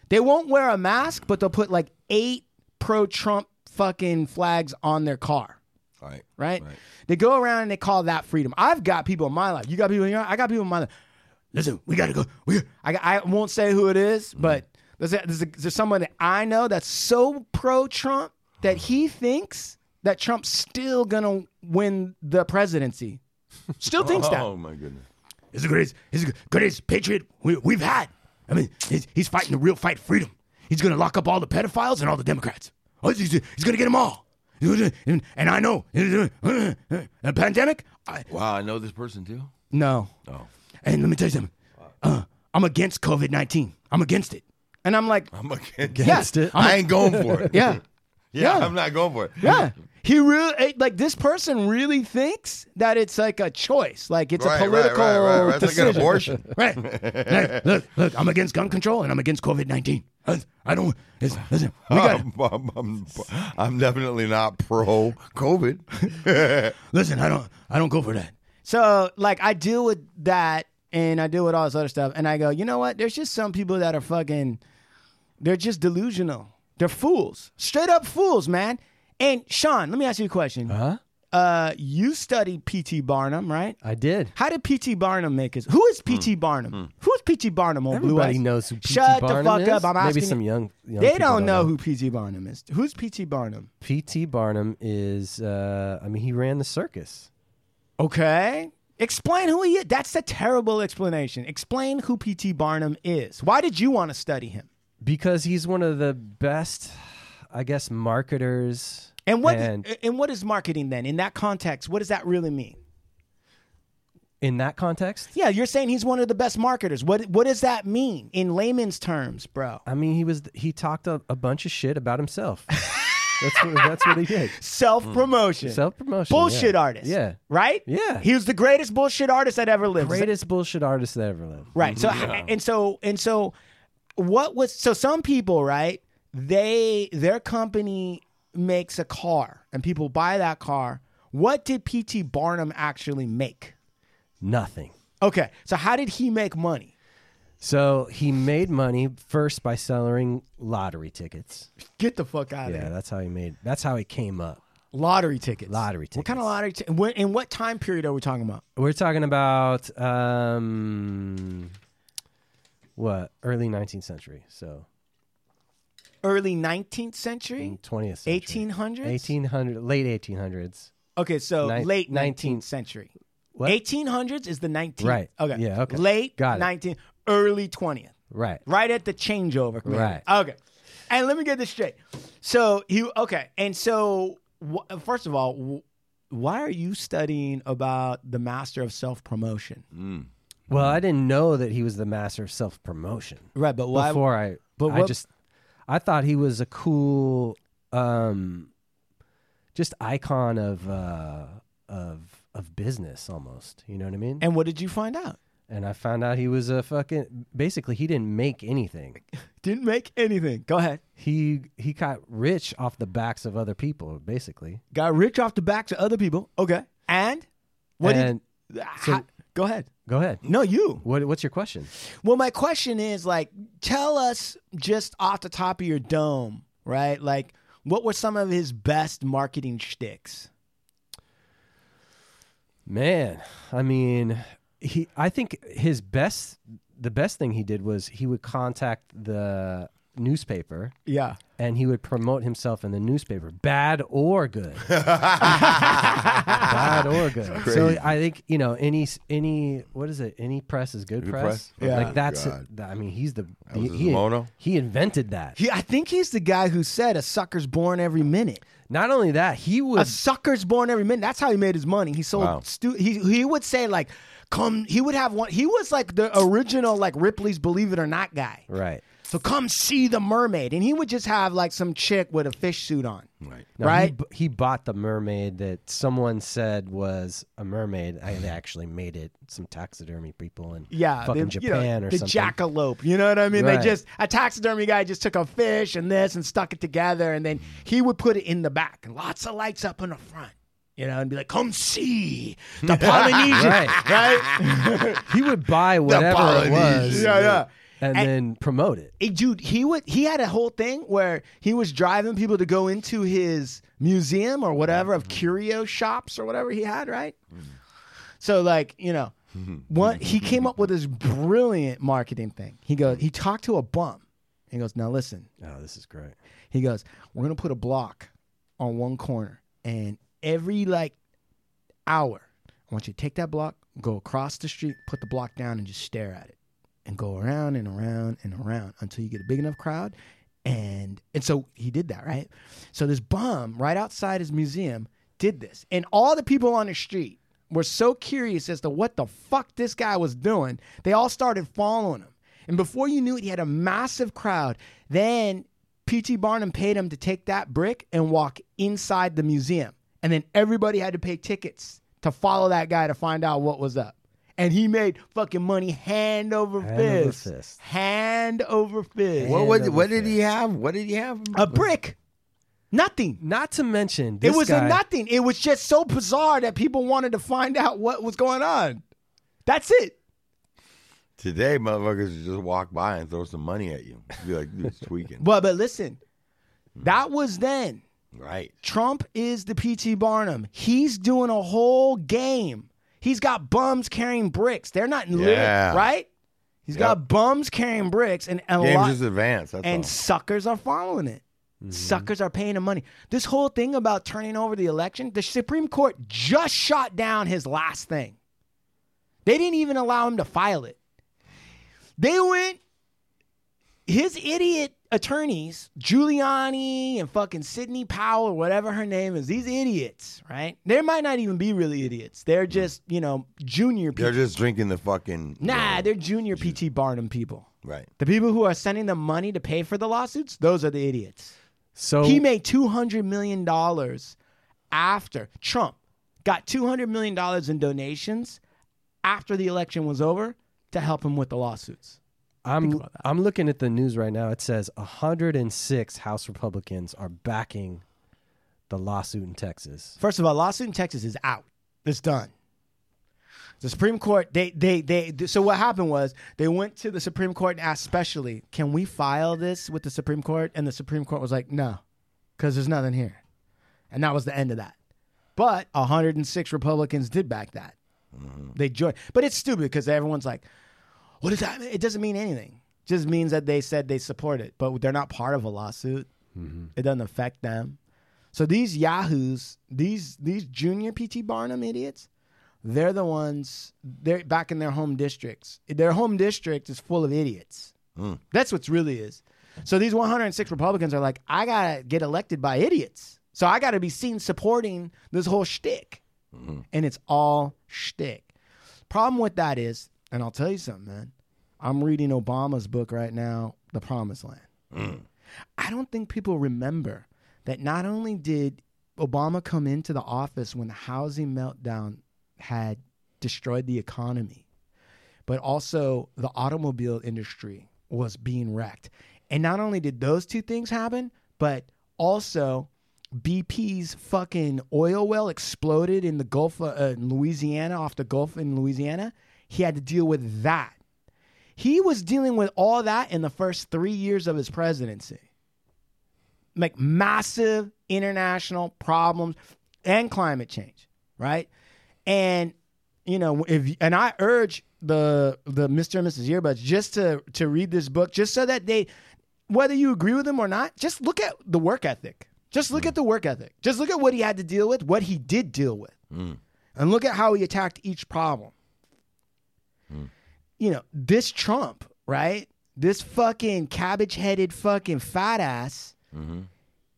B: They won't wear a mask, but they'll put like eight pro Trump fucking flags on their car
C: All right.
B: right? They go around and they call that freedom. I've got people in my life. You got people in your. I got people in my life. Listen, we gotta go. We. I. I won't say who it is,
C: Mm-hmm.
B: but there's, a, there's, a, there's someone that I know that's so pro Trump that he thinks that Trump's still gonna win the presidency. Still thinks that.
C: Oh, my goodness.
B: He's the greatest, he's the greatest patriot we, we've had. I mean, he's, he's fighting the real fight for freedom. He's going to lock up all the pedophiles and all the Democrats. Oh, he's going to get them all. And, and I know. A pandemic? I,
C: Wow, I know this person too.
B: no. Oh. And let me tell you something. Uh, I'm against COVID 19. I'm against it. And I'm like,
C: I'm against
B: Yes.
C: it. I ain't going for it.
B: yeah.
C: yeah,
B: yeah.
C: I'm not going for it.
B: Yeah. He really like this person really thinks that it's like a choice, like it's a political
C: right, right, right. It's
B: decision.
C: like an abortion.
B: Right. Hey, look, look, I'm against gun control and I'm against COVID 19. I don't. It's, listen, we got
C: I'm, I'm- I'm- I'm definitely not pro COVID.
B: Listen, I don't. I don't go for that. So, like, I deal with that and I deal with all this other stuff. And I go, you know what? There's just some people that are fucking, they're just delusional. They're fools. Straight up fools, man. And Sean, let me ask you a question.
D: Huh?
B: Uh, you studied P.T. Barnum, right?
D: I did.
B: How did P.T. Barnum make his? Who is P.T. Barnum? Who is P.T. Barnum? Old Blue
D: Hmm. Everybody
B: Eyes?
D: knows who P.T.
B: Shut
D: Barnum
B: the fuck
D: is.
B: up! I'm
D: Maybe
B: asking
D: some
B: you.
D: young- young
B: they
D: people
B: don't
D: don't
B: know
D: know.
B: who P.T. Barnum is. Who's P.T. Barnum?
D: P.T. Barnum is. Uh, I mean, he ran the circus.
B: Okay. Explain who he is. That's a terrible explanation. Explain who P.T. Barnum is. Why did you want to study him?
D: because he's one of the best, I guess, marketers.
B: And what
D: And-
B: and, what is marketing then? In that context, what does that really mean?
D: in that context.
B: Yeah, you're saying he's one of the best marketers. What what does that mean in layman's terms, bro?
D: I mean, he was he talked a, a bunch of shit about himself. that's what, that's what he did.
B: Self-promotion.
D: Self-promotion,
B: Bullshit
D: yeah.
B: artist.
D: Yeah.
B: Right?
D: Yeah.
B: He was the greatest bullshit artist that ever lived. Is that-
D: Greatest bullshit artist that ever lived.
B: Right. So
G: Mm-hmm.
B: and so and so what was so some people, right? They their company makes a car and people buy that car. What did PT Barnum actually make?
D: Nothing.
B: Okay. So how did he make money?
G: So he made money first by selling lottery tickets.
B: Get the fuck out of
G: Yeah,
B: here.
G: that's how he made. That's how he came up.
B: Lottery tickets.
G: Lottery
B: What kind of
G: tickets.
B: lottery tickets? When, in what time period are we talking about?
G: We're talking about um, what early 19th century, so
B: Early 19th century?
G: 20th century,
B: 1800s?
G: 1800, late 1800s.
B: Okay, so
G: Nin-
B: late
G: 19th
B: 19th century.
G: What?
B: 1800s is the 19th.
G: Right.
B: Okay.
G: Yeah, okay.
B: Late
G: Got it.
B: 19th, early 20th.
G: Right.
B: Right at the changeover. maybe.
G: Right.
B: Okay. And let me get this straight. So, you okay, and so wh- first of all, wh- why are you studying about the master of self-promotion?
G: Mm-hmm. Well, I didn't know that he was the master of self promotion
B: Right, but why
G: before I.
B: but
G: I
B: what-
G: just, I thought he was a cool, um, just icon of uh, of of business almost. You know what I mean?
B: And what did you find out?
G: and I found out he was a fucking. Basically, he didn't make anything.
B: Didn't make anything. Go ahead.
G: He he got rich off the backs of other people, basically.
B: Got rich off the backs of other people. Okay. And what
G: and
B: did Ah,
G: so-
B: ha- Go ahead.
G: go ahead.
B: No, you.
G: What what's your question?
B: Well, my question is like, tell us just off the top of your dome, right? Like, what were some of his best marketing shticks?
G: Man, I mean, he. I think his best, the best thing he did was he would contact the newspaper
B: Yeah.
G: and he would promote himself in the newspaper, bad or good, bad or good. So I think you know any any what is it? Any press is good, press.
C: press?
B: Yeah.
G: like that's.
C: God.
G: that- I mean, he's the
C: was his
G: he,
C: mono?
G: he invented that.
B: He, I think he's the guy who said a sucker's born every minute.
G: Not only that, he
B: A
G: would
B: sucker's born every minute. That's how he made his money. He sold.
C: Wow.
B: Stu- he he would say like, "Come." He would have one. He was like the original like Ripley's Believe It or Not guy.
G: right.
B: So come see the mermaid, and he would just have like some chick with a fish suit on,
C: Right.
G: No,
B: right?
G: He, b- he bought the mermaid that someone said was a mermaid. I they actually made it some taxidermy people in
B: yeah,
G: fucking
B: the, you know,
G: Japan or
B: the
G: something.
B: jackalope. You know what I mean?
G: Right.
B: They just a taxidermy guy just took a fish and this and stuck it together, and then he would put it in the back and lots of lights up in the front. You know, and be like, "Come see the Polynesian."
G: right, right. he would buy whatever it was,
C: Polynesian.
B: Yeah, yeah.
G: and,
B: And-
G: then promote it.
B: Hey, dude, he would he had a whole thing where he was driving people to go into his museum or whatever of curio shops or whatever he had, right? So like, you know, one he came up with this brilliant marketing thing. He goes, he talked to a bum. He goes, now listen,
G: Oh, this is great.
B: he goes, We're gonna put a block on one corner, and every like hour, I want you to take that block, go across the street, put the block down, and just stare at it, and go around and around and around until you get a big enough crowd. And and so he did that, right? So this bum right outside his museum did this, and all the people on the street were so curious as to what the fuck this guy was doing. They all started following him, and before you knew it, he had a massive crowd. Then P.T. Barnum paid him to take that brick and walk inside the museum. And then everybody had to pay tickets to follow that guy to find out what was up. And he made fucking money hand over
G: Hand over
B: fist.
G: fist.
B: Hand over fist.
G: Hand
C: What, what,
G: over
C: what did
G: fist.
C: he have? What did he have?
B: A brick. Nothing.
G: Not to mention, this
B: it was
G: guy,
B: a nothing. It was just so bizarre that people wanted to find out what was going on. That's it.
C: Today, motherfuckers just walk by and throw some money at you. Be like, dude, it's tweaking.
B: But but listen, that was then.
C: right.
B: Trump is the PT Barnum. He's doing a whole game. He's got bums carrying bricks. They're not lit,
C: Yeah.
B: right? He's got
C: Yep.
B: bums carrying bricks and a
C: Games
B: lot,
C: just advanced. That's
B: and
C: all.
B: suckers are following it.
C: Mm-hmm.
B: Suckers are paying him money. This whole thing about turning over the election, the Supreme Court just shot down his last thing. They didn't even allow him to file it. They went his idiot attorneys, Giuliani and fucking Sidney Powell, whatever her name is, these idiots, right? They might not even be really idiots. They're just, you know, junior people.
C: Mm. They're just drinking the fucking.
B: nah,
C: yeah,
B: they're junior P.T. Barnum people.
C: Right.
B: The people who are sending them money to pay for the lawsuits, those are the idiots.
G: So
B: He made $200 million after Trump got $200 million in donations after the election was over to help him with the lawsuits.
G: I'm I'm looking at the news right now. It says 106 House Republicans are backing the lawsuit in Texas.
B: First of all, lawsuit in Texas is out. It's done. The Supreme Court, they, they, they, So what happened was they went to the Supreme Court and asked specially, "Can we file this with the Supreme Court?" And the Supreme Court was like, "No, because there's nothing here," and that was the end of that. But 106 Republicans did back that. They joined, but it's stupid because everyone's like, "What does that?" mean? It doesn't mean anything. It just means that they said they support it, but they're not part of a lawsuit. It doesn't affect them. So these yahoos, these these junior PT Barnum idiots, they're the ones they're back in their home districts. Their home district is full of idiots. That's what's really is. So these 106 Republicans are like, I gotta get elected by idiots. So I gotta be seen supporting this whole shtick. And it's all shtick. Problem with that is, and I'll tell you something, man. I'm reading Obama's book right now, The Promised Land. I don't think people remember that not only did Obama come into the office when the housing meltdown had destroyed the economy, but also the automobile industry was being wrecked. And not only did those two things happen, but also BP's fucking oil well exploded in the Gulf of uh, in Louisiana, off the Gulf in Louisiana. He had to deal with that. He was dealing with all that in the first three years of his presidency like massive international problems and climate change, right? And you know, if and I urge the the Mr. and Mrs. Earbuds just to to read this book, just so that they, whether you agree with them or not, just look at the work ethic. Just look at the work ethic. Just look at what he had to deal with, what he did deal with, and look at how he attacked each problem you know, this Trump, right? This fucking cabbage headed fucking fat ass,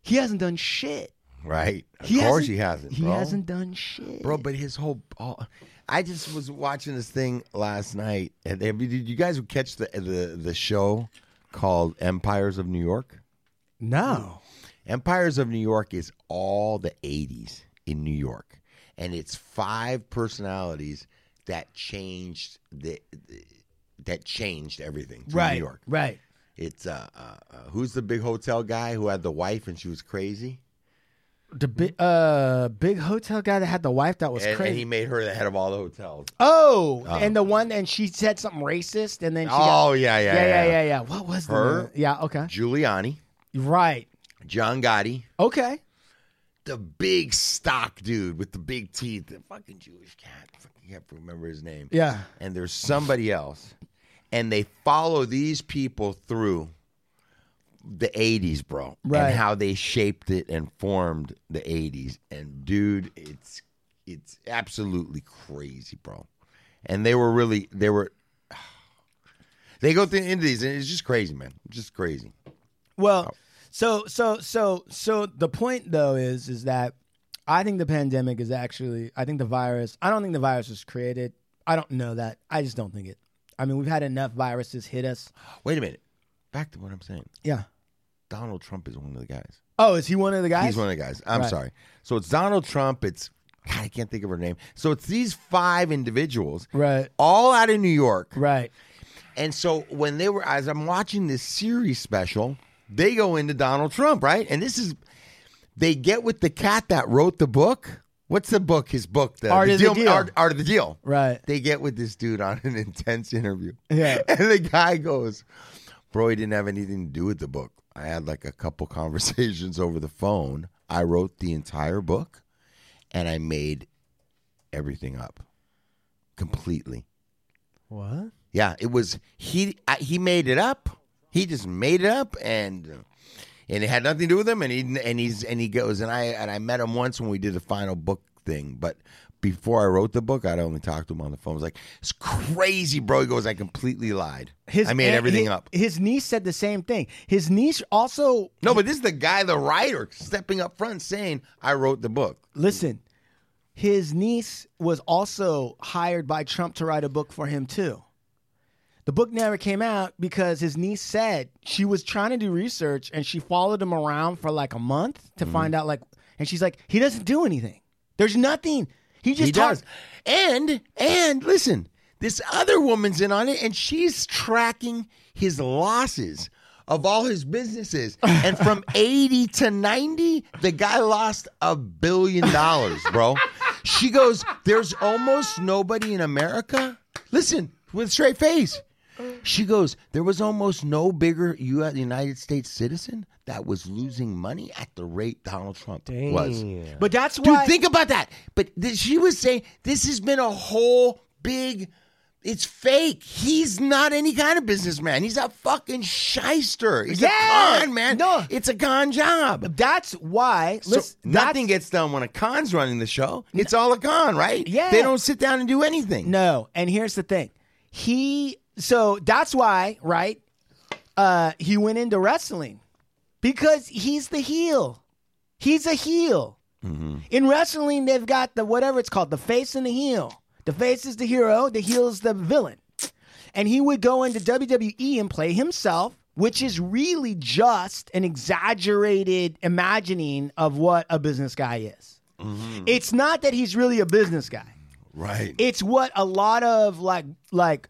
B: he hasn't done shit.
C: Right. Of
B: He
C: course he hasn't.
B: He
C: bro.
B: hasn't done shit.
C: Bro, but his whole. all- I just was watching this thing last night. And they- did you guys catch the, the the show called Empires of New York?
B: no.
C: Empires of New York is all the 80s in New York. And it's five personalities that changed the, the- that changed everything to
B: Right.
C: New York.
B: Right.
C: It's uh, uh, uh, who's the big hotel guy who had the wife and she was crazy?
B: The big uh big hotel guy that had the wife that was
C: And, and
B: crazy.
C: he made her the head of all the hotels.
B: oh, and the one and she said something racist and then she got,
C: Oh yeah, yeah,
B: yeah, yeah, yeah, yeah, What was the
C: Her?
B: name? Yeah, okay.
C: Giuliani,
B: Right.
C: John Gotti,
B: Okay.
C: the big stock dude with the big teeth, the fucking Jewish cat. I can't remember his name.
B: Yeah.
C: and there's somebody else, and they follow these people through the 80s, bro,
B: Right.
C: and how they shaped it and formed the 80s. And dude, it's it's absolutely crazy, bro. And they were really they were they go through into these, and it's just crazy, man. Just crazy.
B: Well,
C: Oh.
B: so so so so the point though is is that I think the pandemic is actually I think the virus I don't think the virus was created. I don't know that. I just don't think it. I mean, we've had enough viruses hit us.
C: Wait a minute. Back to what I'm saying.
B: Yeah.
C: Donald Trump is one of the guys.
B: Oh, is he one of the guys?
C: He's one of the guys. I'm
B: Right.
C: sorry. So it's Donald Trump. It's God, I can't think of her name. So it's these five individuals,
B: Right.
C: All out of New York.
B: right.
C: And so when they were, as I'm watching this series special, they go into Donald Trump, right? And this is, they get with the cat that wrote the book. What's the book? His book, the
B: Art of the Deal.
C: Art, Art of the deal.
B: Right.
C: They get with this dude on an intense interview.
B: Yeah.
C: And the guy goes, Bro, he didn't have anything to do with the book. I had like a couple conversations over the phone. I wrote the entire book and I made everything up completely.
G: What?
C: Yeah, it was he I, he made it up. He just made it up and and it had nothing to do with him and he and he's and he goes and I and I met him once when we did the final book thing, but before I wrote the book, I'd only talked to him on the phone. I was like, "It's crazy, bro." He goes, "I completely lied. I made
B: aunt-
C: everything
B: his- eh,
C: up."
B: His niece said the same thing. His niece also
C: No, but this is the guy, the writer, stepping up front saying, "I wrote the book."
B: listen. His niece was also hired by Trump to write a book for him too. The book never came out because his niece said she was trying to do research and she followed him around for like a month
C: Mm-hmm.
B: to find out like and she's like he doesn't do anything. There's nothing. He just
C: he
B: talks.
C: does. And and listen, this other woman's in on it, and she's tracking his losses of all his businesses. And from eighty to ninety, the guy lost a billion dollars, bro. She goes, There's almost nobody in America. Listen, with a straight face. She goes, There was almost no bigger U- United States citizen that was losing money at the rate Donald Trump was.
B: But that's
C: Dude,
B: why.
C: think about that. But th- she was saying this has been a whole big. It's fake. He's not any kind of businessman. He's a fucking shyster. He's
B: Yeah.
C: a con man.
B: No.
C: it's a con job.
B: that's why.
C: So
B: listen,
C: nothing gets done when a con's running the show. It's all a con, right?
B: Yeah.
C: They don't sit down and do anything.
B: No, and here's the thing. He so that's why, right? Uh he went into wrestling because he's the heel. He's a heel. In wrestling, they've got the whatever it's called, the face and the heel. The face is the hero, the heel is the villain. And he would go into WWE and play himself, which is really just an exaggerated imagining of what a business guy is. It's not that he's really a business guy
C: Right.
B: it's what a lot of like like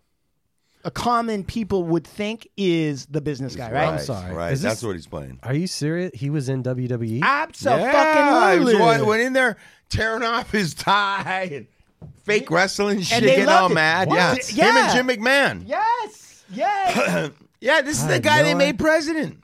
B: a common people would think is the business guy, right?
G: I'm sorry.
C: Right.
G: Is
C: That's
G: this-
C: what he's playing.
G: Are you serious? He was in E? WWE.
B: Absolutely.
C: Yeah, he was one- went in there tearing off his tie and fake wrestling shit,
B: they
C: getting
B: loved
C: all
B: it.
C: mad.
B: What?
C: Yeah.
B: Yeah.
C: him and Jim McMahon.
B: Yes. Yes.
C: Yeah, this is
G: I
C: the
G: had
C: guy
G: no
C: they
G: idea.
C: made president.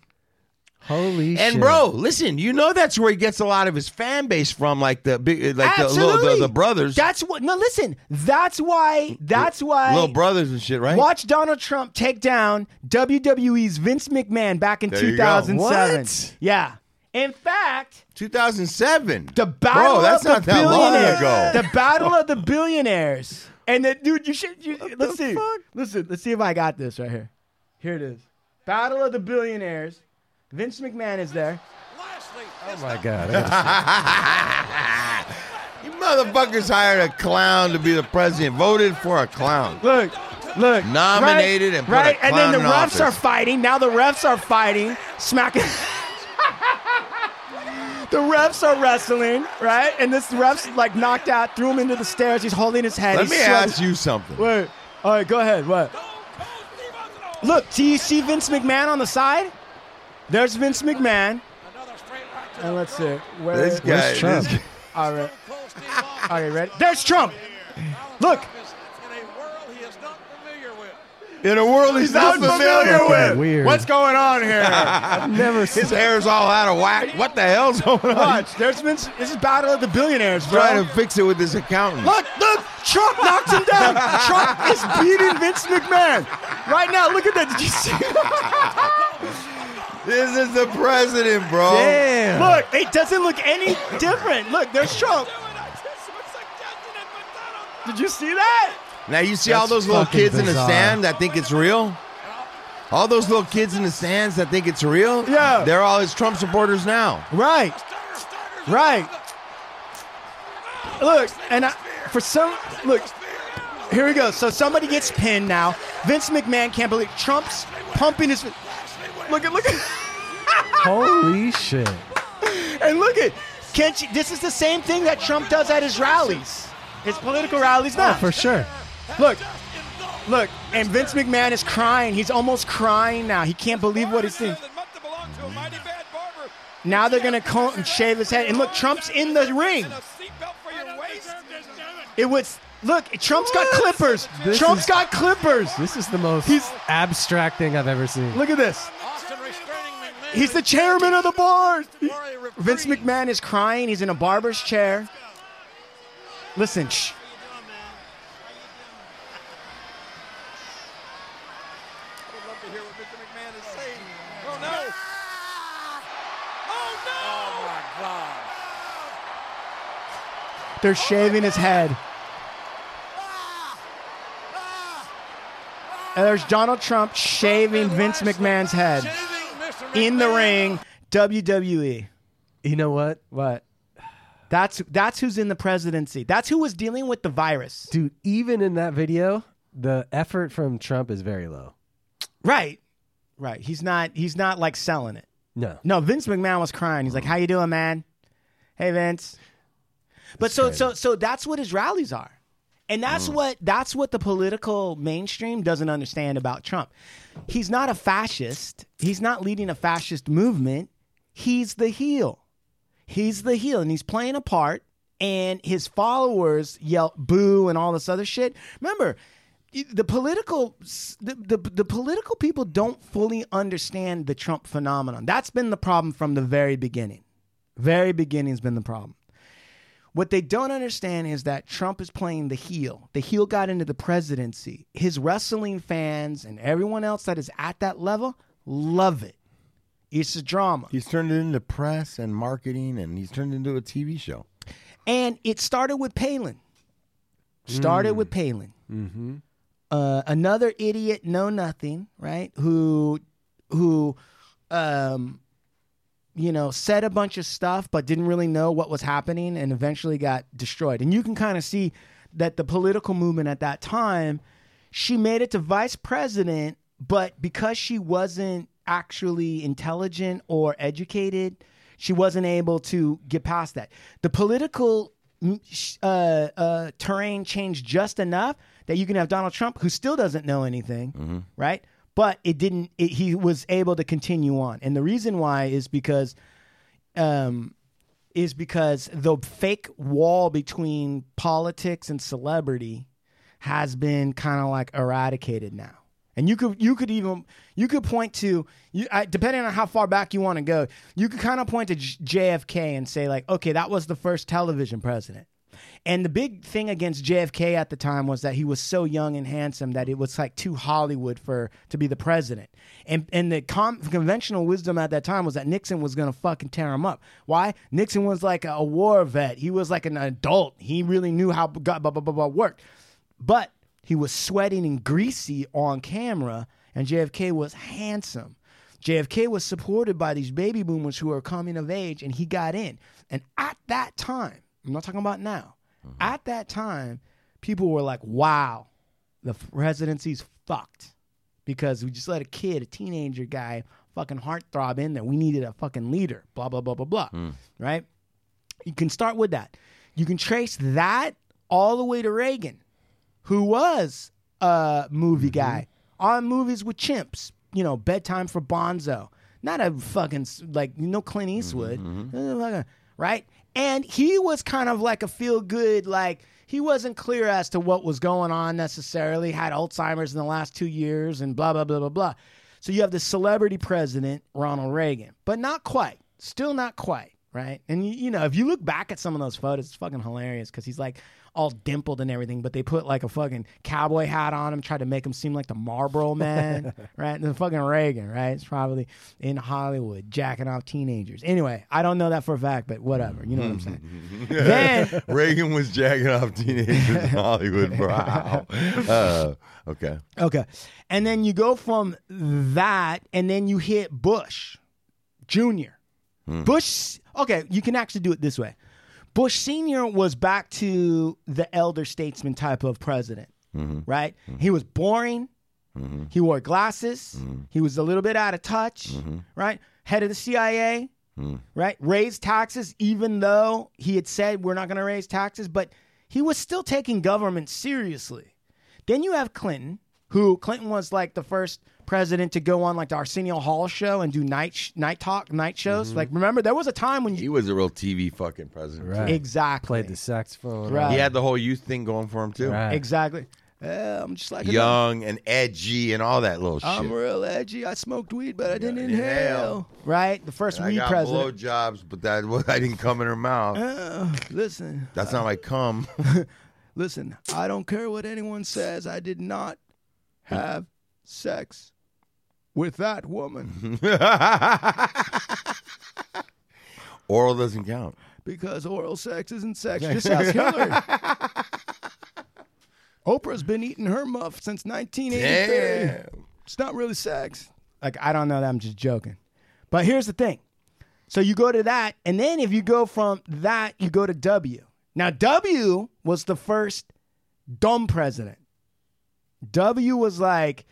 G: Holy shit!
C: And bro, listen, you know that's where he gets a lot of his fan base from, like the big, uh, like the little, the,
B: Absolutely.
C: the brothers,
B: That's what. No, listen. That's why. That's why.
C: little brothers and shit, right?
B: Watch Donald Trump take down WWE's Vince McMahon back in
C: There you go.
B: 2007.
G: What?
B: Yeah. In fact,
C: 2007.
B: The battle
C: bro, that's
B: of
C: not
B: the
C: that long
B: billionaires.
C: ago.
B: The battle of the billionaires. And the dude, you should. You, let's see. Listen, let's see if I got this right here. Here it is. Battle of the billionaires. Vince McMahon is there.
G: oh my god! That's-
C: you motherfuckers hired a clown to be the president. Voted for a clown.
B: Look, look.
C: Nominated
B: right,
C: and put a
B: right, and then
C: clown in
B: the refs
C: office.
B: are fighting. Now the refs are fighting. Smacking. the refs are wrestling, right? And this refs like knocked out, threw him into the stairs. He's holding his head.
C: Let
B: He's
C: me
B: sweating.
C: ask you something.
B: Wait. All right, go ahead. What? Look, do you see Vince McMahon on the side? There's Vince McMahon. And let's see. Where?
C: This guy,
G: Where's Trump?
C: this guy-
B: All right. All right, ready? There's Trump. Look.
C: in a world he's not familiar
G: fucking
C: with.
G: weird.
C: What's going on here?
B: Never
C: His hair's all out of whack. What the hell's going on?
B: Watch. There's Vince. This is Battle of the Billionaires, bro.
C: Trying to fix it with his accountant.
B: Look, look, Trump knocked him down. Trump is beating Vince McMahon. Right now, look at that. Did you see
C: This is the president, bro.
G: Damn.
B: Look, it doesn't look any different. Look, there's Trump. Did you see that?
C: Now you see all
G: That's
C: those little
G: fucking
C: kids in the
G: bizarre.
C: sand that think it's real? All those little kids in the stands that think it's real?
B: Yeah.
C: They're all his Trump supporters now.
B: Right. Right. Look, and I, for some, look, here we go. So somebody gets pinned now. Vince McMahon can't believe Trump's pumping his. Look at, look at,
G: Holy shit!
B: and look at. Can't you, this is the same thing that Trump does at his rallies. His political rallies now.
G: For sure.
B: Look, look, and Vince McMahon is crying. He's almost crying now. He can't believe what he's seeing. Now they're gonna comb and shave his head. And look, Trump's in the ring. It was look. Trump's got clippers.
G: This
B: Trump's
G: is-
B: got clippers.
G: This is the most
B: He's-
G: abstract thing I've ever seen.
B: Look at this. He's the chairman of the board. Vince McMahon is crying. He's in a barber's chair. Listen, shh. They're shaving his head. And there's Donald Trump shaving Vince McMahon's head in the ring. E. WWE.
G: You know what? What?
B: That's that's who's in the presidency. That's who was dealing with the virus.
G: Dude, even in that video, the effort from Trump is very low.
B: Right. Right. He's not he's not like selling it.
G: No.
B: No, Vince McMahon was crying. He's like, "How you doing, man? Hey, Vince." But so so so that's what his rallies are. And that's what that's what the political mainstream doesn't understand about Trump. He's not a fascist. He's not leading a fascist movement. He's the heel. He's the heel and he's playing a part and his followers yell boo and all this other shit. Remember, the political the, the, the political people don't fully understand the Trump phenomenon. That's been the problem from the very beginning. Very beginning's been the problem. What they don't understand is that Trump is playing the heel. The heel got into the presidency. His wrestling fans and everyone else that is at that level love it. It's a drama.
C: He's turned it into press and marketing, and he's turned it into a TV show.
B: And it started with Palin. Started with Palin. Mm-hmm. Uh, another idiot, know nothing, right? Who, who, um, you know, said a bunch of stuff but didn't really know what was happening, and eventually got destroyed. And you can kind of see that the political movement at that time, she made it to vice president, but because she wasn't actually intelligent or educated, she wasn't able to get past that. The political mm, sh- uh, uh, terrain changed just enough that you can have Donald Trump, who still doesn't know anything, right? But it didn't. It, he was able to continue on, and the reason why is because, um, is because the fake wall between politics and celebrity has been kind of like eradicated now. And you could you could even you could point to you I, depending on how far back you want to go, you could kind of point to J- JFK and say like, okay, that was the first television president. And the big thing against JFK at the time was that he was so young and handsome that it was like too Hollywood for to be the president. And and the com- conventional wisdom at that time was that Nixon was gonna fucking tear him up. Why? Nixon was like a, a war vet. He was like an adult. He really knew how blah blah blah blah, blah worked. But he was sweating and greasy on camera, and JFK was handsome. JFK was supported by these baby boomers who are coming of age, and he got in. And at that time, I'm not talking about now, at that time, people were like, wow, the presidency's fucked because we just let a kid, a teenager guy, fucking heartthrob in there. We needed a fucking leader, blah, blah, blah, blah, blah. Right? You can start with that. You can trace that all the way to Reagan who was a movie guy on movies with chimps. You know, bedtime for Bonzo. Not a fucking s- like no Clint Eastwood, Uh, right? And he was kind of like a feel good. Like he wasn't clear as to what was going on necessarily. Had Alzheimer's in the last two years and blah blah blah blah blah. So you have the celebrity president Ronald Reagan, but not quite. Still not quite. Right. And you, you know, if you look back at some of those photos, it's fucking hilarious because he's like all dimpled and everything, but they put like a fucking cowboy hat on him, tried to make him seem like the Marlboro man, right? And the fucking Reagan, right? It's probably in Hollywood, jacking off teenagers. Anyway, I don't know that for a fact, but whatever. You know what I'm saying? then
C: Reagan was jacking off teenagers in Hollywood, bro. Uh, okay.
B: Okay. And then you go from that, and then you hit Bush Jr. Bush, okay, you can actually do it this way. Bush Sr. was back to the elder statesman type of president,
G: Mm-hmm.
B: right? He was boring. He wore glasses.
G: Mm-hmm.
B: He was a little bit out of touch, right? Head of the CIA,
G: Mm.
B: right? Raised taxes, even though he had said we're not going to raise taxes, but he was still taking government seriously. Then you have Clinton, who Clinton was like the first president to go on like the Arsenio Hall show and do night sh- night talk night
G: Mm-hmm.
B: shows. Like remember, there was a time when
C: He
B: you
C: was a real TV fucking president.
G: Right.
B: exactly
G: Played the saxophone.
B: Right.
C: He had the whole youth thing going for him too.
G: Right.
B: exactly. Uh, I'm just like a-
C: Young and edgy and all that little
B: I'm
C: shit.
B: real edgy. I smoked weed, but I didn't
C: Yeah,
B: inhale.
C: inhale.
B: Right, the first
C: And I
B: weed
C: got
B: president.
C: blowjobs, but that was, I didn't come in her mouth.
B: Uh, listen,
C: That's not my cum.
B: listen. I don't care what anyone says. I did not have sex with that
C: Mm-hmm.
B: woman
C: Oral doesn't count.
B: because oral sex isn't sex. Just ask Hillary. Oprah's been eating her muff since 1983.
C: Damn.
B: It's not really sex. Like I don't know that I'm just joking. But here's the thing. So you go to that, and then if you go from that, you go to W. Now W was the first dumb president. W was like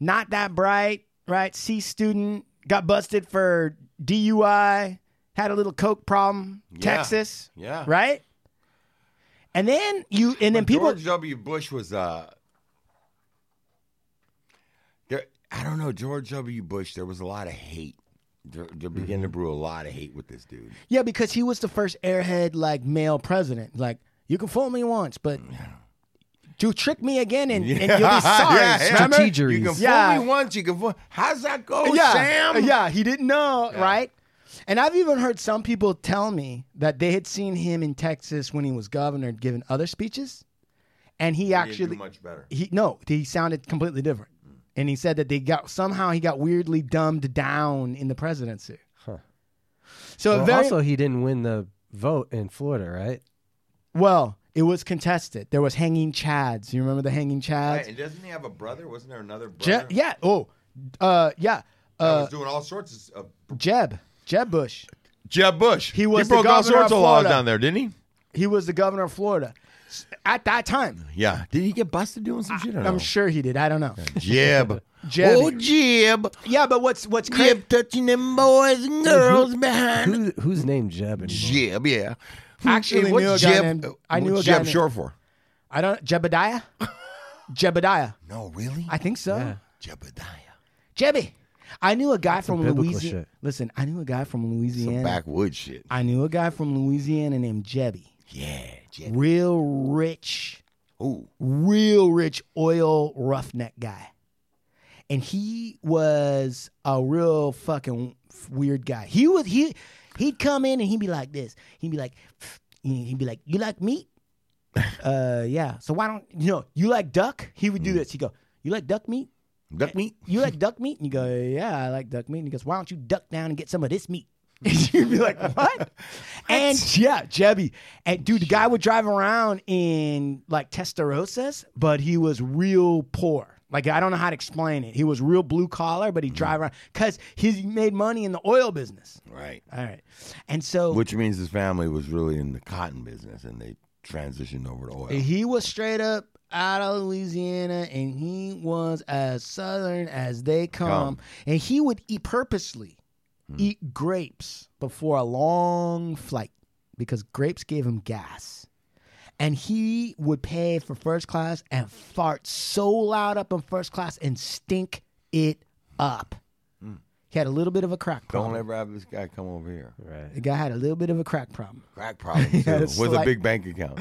B: not that bright, right? C student, got busted for DUI, had a little coke problem, Texas,
C: Yeah.
B: right? And then you, and then
C: But
B: people,
C: George W. Bush was uh there I don't know, George W. Bush, there was a lot of hate. They're, they're beginning to brew a lot of hate with this dude.
B: Yeah, because he was the first airhead like male president. Like you can fool me once, but you trick me again and, and you'll be sorry.
C: yeah, yeah.
B: remember?
G: Strategeries.
C: You can fool
B: Yeah.
C: me once. You can fool. How's that go, Sam?
B: Yeah, he didn't know, right? And I've even heard some people tell me that they had seen him in Texas when he was governor giving other speeches, and he
C: He'd do
B: actually
C: much Mm. better.
B: he no, he sounded completely different. And he said that they got somehow he got weirdly dumbed down in the presidency.
G: Huh.
B: So
G: Well,
B: very,
G: also, he didn't win the vote in Florida, right?
B: well, it was contested. There was hanging chads. You remember the hanging
C: Right,
B: chads?
C: and doesn't he have a brother? Wasn't there another
B: Je-
C: brother?
B: yeah. Oh, uh, yeah.
C: that
B: Uh,
C: was doing all sorts of.
B: Jeb. Jeb Bush.
C: Jeb Bush.
B: He was the governor of Florida.
C: there, didn't he?
B: He was the governor of Florida S- at that time.
C: Yeah. Did he get busted doing some shit? Or
B: I'm sure he did. I don't know.
C: Jeb.
B: Jeb.
C: Oh, Jeb.
B: Yeah, but what's what's crazy?
C: Jeb touching them boys and girls behind.
G: Who, who's named Jeb? Anymore?
C: Mm-hmm. Jeb, yeah.
B: Actually
C: Hey, what's
B: knew a guy
C: Jeb,
B: named- I
C: what's
B: knew a guy
C: Jeb
B: named-
C: short for?
B: I don't. Jebediah. Jebediah.
C: No, really?
B: I think so.
G: Yeah.
C: Jebediah.
B: Jebby. I knew a guy from
G: biblical
B: Louisiana.
G: shit.
B: Listen, I knew a guy from Louisiana.
C: Backwood shit.
B: I knew a guy from Louisiana named Jebby.
C: Yeah, Jeb.
B: Real rich,
C: Ooh.
B: real rich oil roughneck guy. And he was a real fucking weird guy. He was he he'd come in and he'd be like this. He'd be like he'd be like, "You like meat?" uh yeah. So why don't you know, "You like duck?" He would do this. He'd go, "You like duck meat?"
C: Duck meat?
B: you like duck meat? And you go, yeah, I like duck meat. And he goes, why don't you duck down and get some of this meat? And you'd be like, what? And yeah, Jebby. And dude, the guy would drive around in like Testarossas, but he was real poor. Like, I don't know how to explain it. He was real blue collar, but he'd drive around because he made money in the oil business.
C: Right.
B: All right. And so
C: Which means his family was really in the cotton business and they transitioned over to oil.
B: he was straight up out of Louisiana and he was as southern as they come.
C: Come.
B: And he would eat purposely eat grapes before a long flight because grapes gave him gas. And he would pay for first class and fart so loud up in first class and stink it up. He had a little bit of a crack problem.
C: Don't ever have this guy come over here.
B: the guy had a little bit of a crack problem.
C: Crack problem too,
B: it's
C: with a
B: like-
C: big bank account.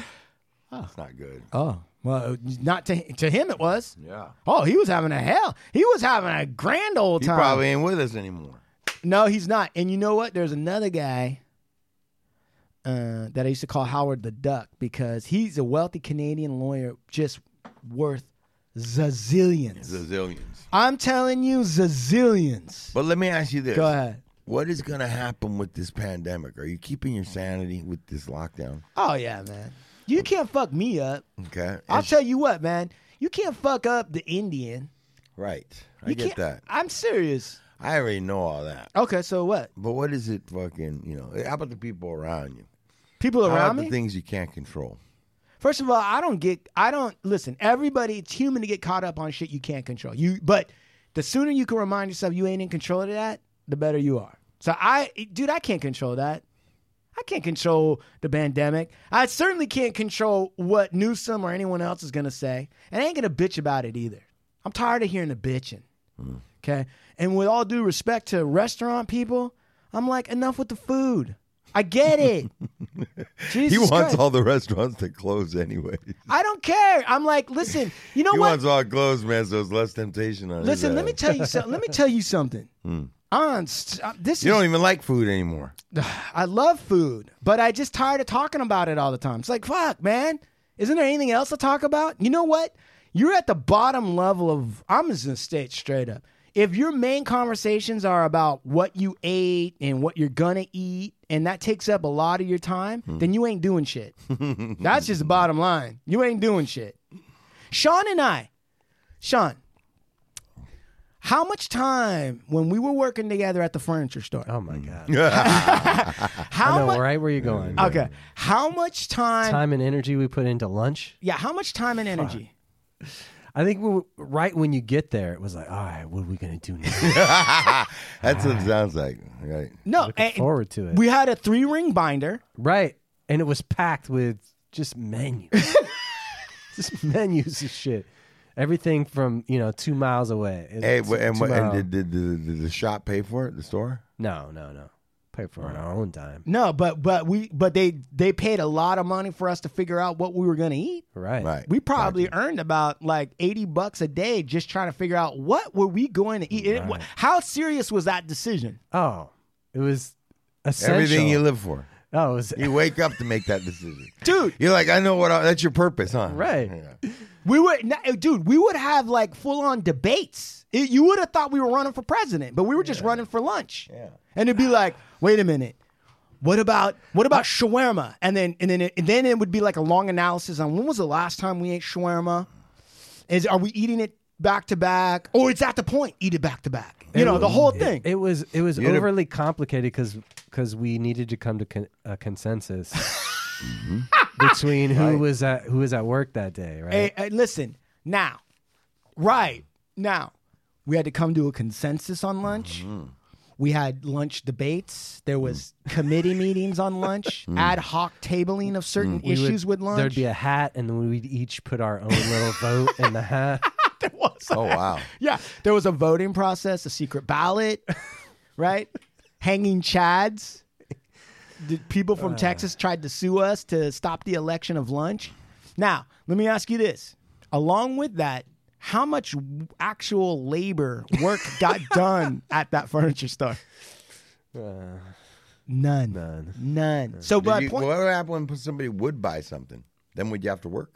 C: It's not good.
B: Oh, well, not to, to him it was.
C: Yeah.
B: Oh, he was having a hell. He was having a grand old
C: He
B: time.
C: probably ain't with us anymore.
B: No, he's not. And you know what? There's another guy uh, that I used to call Howard the Duck because he's a wealthy Canadian lawyer, just worth zazillions.
C: Zillions.
B: I'm telling you, zazillions.
C: But let me ask you this.
B: Go ahead.
C: What is going to happen with this pandemic? Are you keeping your sanity with this lockdown?
B: Oh yeah, man. You can't fuck me up.
C: Okay.
B: I'll
C: It's-
B: tell you what, man. You can't fuck up the Indian.
C: Right. I
B: You
C: get
B: can't,
C: that.
B: I'm serious.
C: I already know all that.
B: Okay, so what?
C: But what is it fucking, you know, how about the people around you?
B: People
C: how
B: around
C: about
B: me.
C: the things you can't control?
B: First of all, I don't get I don't listen, everybody it's human to get caught up on shit you can't control. You but the sooner you can remind yourself you ain't in control of that, the better you are. So I dude, I can't control that. I can't control the pandemic. I certainly can't control what Newsom or anyone else is gonna say. And I ain't gonna bitch about it either. I'm tired of hearing the bitching. Okay. And with all due respect to restaurant people, I'm like, enough with the food. I get it. Jesus
C: He wants
B: Christ.
C: all the restaurants to close anyway.
B: I don't care. I'm like, listen, you know
C: He
B: what?
C: wants all closed, man, so it's less temptation on his uh,
B: listen, let
C: ass.
B: me tell you something. Let me tell you something. On st- uh, this
C: You
B: is
C: don't even like food anymore.
B: I love food, but I just tired of talking about it all the time. It's like, fuck, man. Isn't there anything else to talk about? You know what? You're at the bottom level of I'm just gonna state it straight up. If your main conversations are about what you ate and what you're gonna eat, and that takes up a lot of your time, then you ain't doing shit. That's just the bottom line. You ain't doing shit. Sean and I, Sean, how much time when we were working together at the furniture store?
G: Oh my god!
B: Mm. how
G: I know
B: much? Oh,
G: right where you're going.
B: Okay. How much time,
G: Time and energy we put into lunch.
B: Yeah, how much time and energy?
G: I think we, right when you get there, it was like, all right, what are we gonna do now?
C: That's what it sounds like, right?
B: No,
G: Looking
B: and-
G: forward to it.
B: We had a three ring binder.
G: right, and it was packed with just menus, just menus of shit. Everything from you know two miles away. It-
C: Hey,
G: it's
C: wha- and,
G: two
C: what- and
G: mile-
C: did, did, did, did the shop pay for it? The store?
G: no, no, no. Pay for it on our own dime.
B: No, but but we but they they paid a lot of money for us to figure out what we were gonna eat.
G: Right.
C: Right.
B: We probably earned about like eighty bucks a day just trying to figure out what were we going to eat. It- wh- how serious was that decision?
G: Oh, it was essential.
C: Everything you live for.
G: Oh, it was
C: You wake up to make that decision.
B: Dude,
C: You're like, I know what. I, that's your purpose, huh?
G: Right.
C: Yeah.
B: we would, na- eh, dude, we would have like full on debates. It- you would have thought we were running for president, but we were just running for lunch. Yeah. And it'd be like, wait a minute, what about what about shawarma? And then and then it, and then it would be like a long analysis on when was the last time we ate shawarma? Is are we eating it back to back, or it's at the point eat it back to back? You know, the whole thing.
G: It was it was
C: had a-
G: overly complicated because because we needed to come to con- a consensus
C: Mm-hmm.
G: between who was at who was at work that day, right?
B: Hey, hey, listen, now, right now, we had to come to a consensus on lunch.
G: Mm-hmm.
B: We had lunch debates. There was
G: Mm.
B: committee meetings on lunch, ad hoc tabling of certain
G: Mm. We would-
B: issues with lunch.
G: There'd be a hat, and then we'd each put our own little vote in the hat.
B: There was a-
C: Oh wow.
B: yeah, there was a voting process, a secret ballot, right? Hanging chads. The people from Texas tried to sue us to stop the election of lunch. Now, let me ask you this. Along with that, how much w- actual labor work got done at that furniture store? Uh. none. None. None. So,
C: Did
B: but
C: you-
B: point,
C: what would happen when somebody would buy something? Then would you have to work?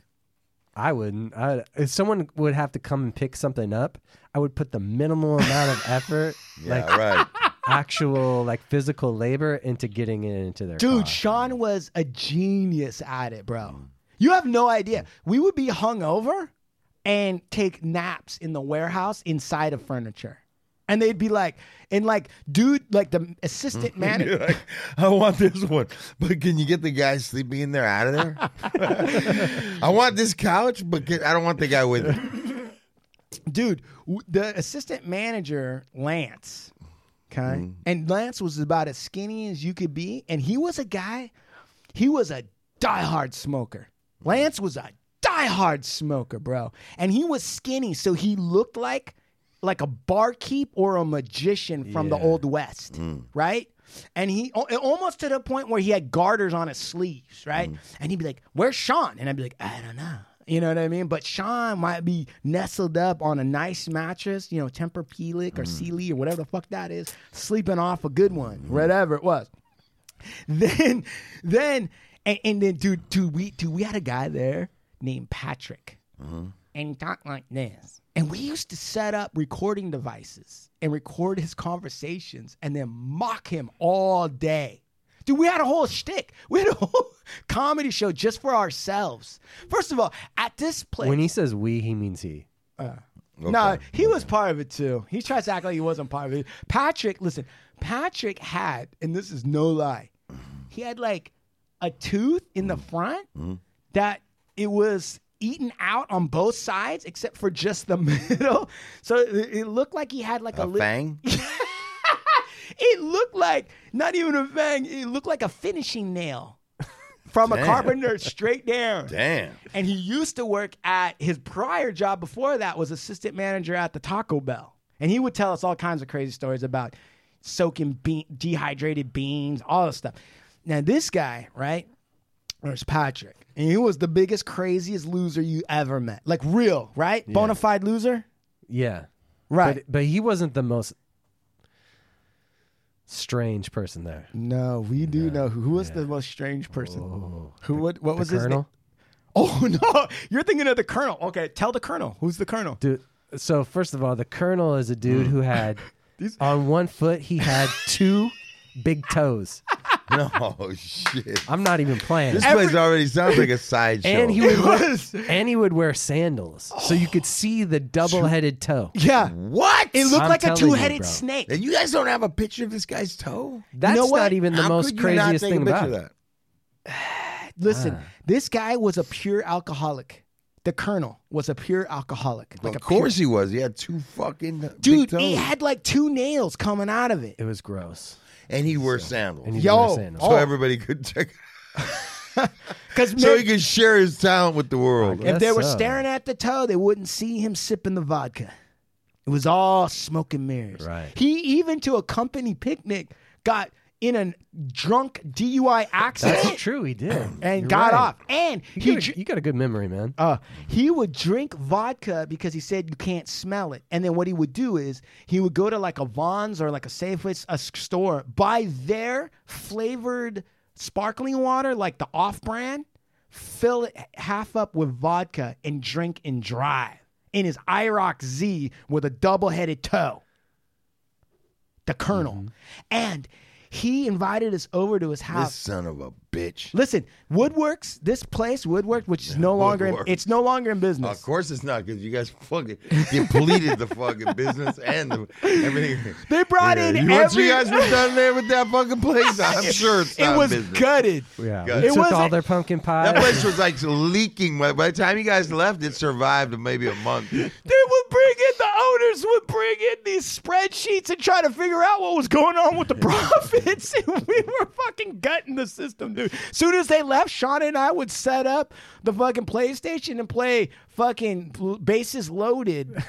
G: I wouldn't. I, if someone would have to come and pick something up, I would put the minimal amount of effort,
C: Yeah,
G: like
C: right.
G: actual like physical labor, into getting it into their
B: Dude,
G: car.
B: Sean was a genius at it, bro. You have no idea. We would be hungover and take naps in the warehouse inside of furniture. And they'd be like, and like, dude, like the assistant
C: You're
B: manager.
C: like, I want this one, but can you get the guy sleeping in there out of there? I want this couch, but get, I don't want the guy with it.
B: dude, w- the assistant manager, Lance, okay? And Lance was about as skinny as you could be. And he was a guy, he was a diehard smoker. Lance was a diehard smoker, bro. And he was skinny, so he looked like like a barkeep or a magician from the old west, right? And he al- almost to the point where he had garters on his sleeves, right? And he'd be like, "Where's Sean?" And I'd be like, "I don't know." You know what I mean? But Sean might be nestled up on a nice mattress, you know, Tempur-Pedic or Sealy or whatever the fuck that is, sleeping off a good one, whatever it was then then and, and then dude dude we dude we had a guy there named Patrick and he talked like this and we used to set up recording devices and record his conversations and then mock him all day Dude, we had a whole shtick. We had a whole comedy show just for ourselves. First of all, at this place,
G: when he says "we," he means he.
B: no, he was part of it too. He tries to act like he wasn't part of it. Patrick, listen, Patrick had, and this is no lie, he had like a tooth in
C: Mm-hmm.
B: the front that it was eaten out on both sides except for just the middle. So it, it looked like he had like
C: A
B: a, little
C: fang?
B: it looked like not even a fang, it looked like a finishing nail from a
C: Damn.
B: carpenter straight down.
C: Damn.
B: And he used to work at his prior job before that was assistant manager at the Taco Bell. And he would tell us all kinds of crazy stories about soaking bean, dehydrated beans, all this stuff. Now this guy, right? There's Patrick. And he was the biggest, craziest loser you ever met. Like real, right? Bona fide loser?
G: Yeah,
B: Right.
G: But, but he wasn't the most strange person there.
B: no, we do know who, who was the most strange person. Who what what was
G: Oh. the colonel.
B: his name? Oh no. You're thinking of the colonel. Okay, tell the colonel. Who's the colonel?
G: Dude, so first of all, the colonel is a dude who had on one foot he had two big toes.
C: No shit.
G: I'm not even playing.
C: This place already sounds like a sideshow.
G: and he would wear,
B: was-
G: and he would wear sandals, so you could see the double-headed toe.
B: Yeah.
C: what?
B: It looked
G: I'm
B: like a
G: telling you,
B: two-headed
G: bro.
B: snake.
C: and you guys don't have a picture of this guy's toe?
G: That's
B: know what?
G: not even the
C: How
G: most
C: could you not
G: craziest
C: take
G: thing
C: a picture
G: about
C: of
G: it.
C: that?
B: Listen,
G: uh.
B: this guy was a pure alcoholic. The colonel was a pure alcoholic. Like a
C: of course he was. He had two fucking big
B: pure- dude, he
C: toes.
B: had like two nails coming out of it.
G: It was gross.
C: and he wore sandals.
G: And he
B: Yo, Oh.
G: wore sandals.
C: so everybody could check.
B: Because
C: so he could share his talent with
B: Oh
C: the world.
G: I
B: if they
G: guess
B: were
G: so.
B: staring at the toe, they wouldn't see him sipping the vodka. It was all smoke and mirrors.
G: Right.
B: He even to a company picnic got in a drunk DUI accident
G: That's true. He did,
B: and
G: You're
B: got
G: right.
B: off. And he
G: You got,
B: dr-
G: a, you got a good memory, man.
B: Uh, he would drink vodka because he said you can't smell it. And then what he would do is he would go to like a Vons or like a Safeway s- a s- store, buy their flavored sparkling water, like the off brand, fill it h- half up with vodka and drink and drive in his IROC Z with a double headed toe the colonel. And he invited us over to his
C: This
B: house.
C: son of a bitch.
B: Listen, Woodworks, this place, Woodworks, which is no longer in,
C: Woodworks.
B: it's no longer in
C: Of
B: business.
C: course it's not because you guys fucking depleted the fucking business and the, everything.
B: They brought in
C: you, Once
B: every-
C: you guys were done there with that fucking place, I'm sure it's not
B: it was
C: business.
B: gutted.
G: Yeah,
C: Got
G: we
B: it. It
G: took
B: was
G: all
B: a-
G: their pumpkin pie.
C: That place was like leaking. By, by the time you guys left, it survived maybe a month.
B: They would bring in the owners would bring in these spreadsheets and try to figure out what was going on with the profits. and we were fucking gutting the system, dude. Soon as they left, Sean and I would set up the fucking PlayStation and play fucking l- bases loaded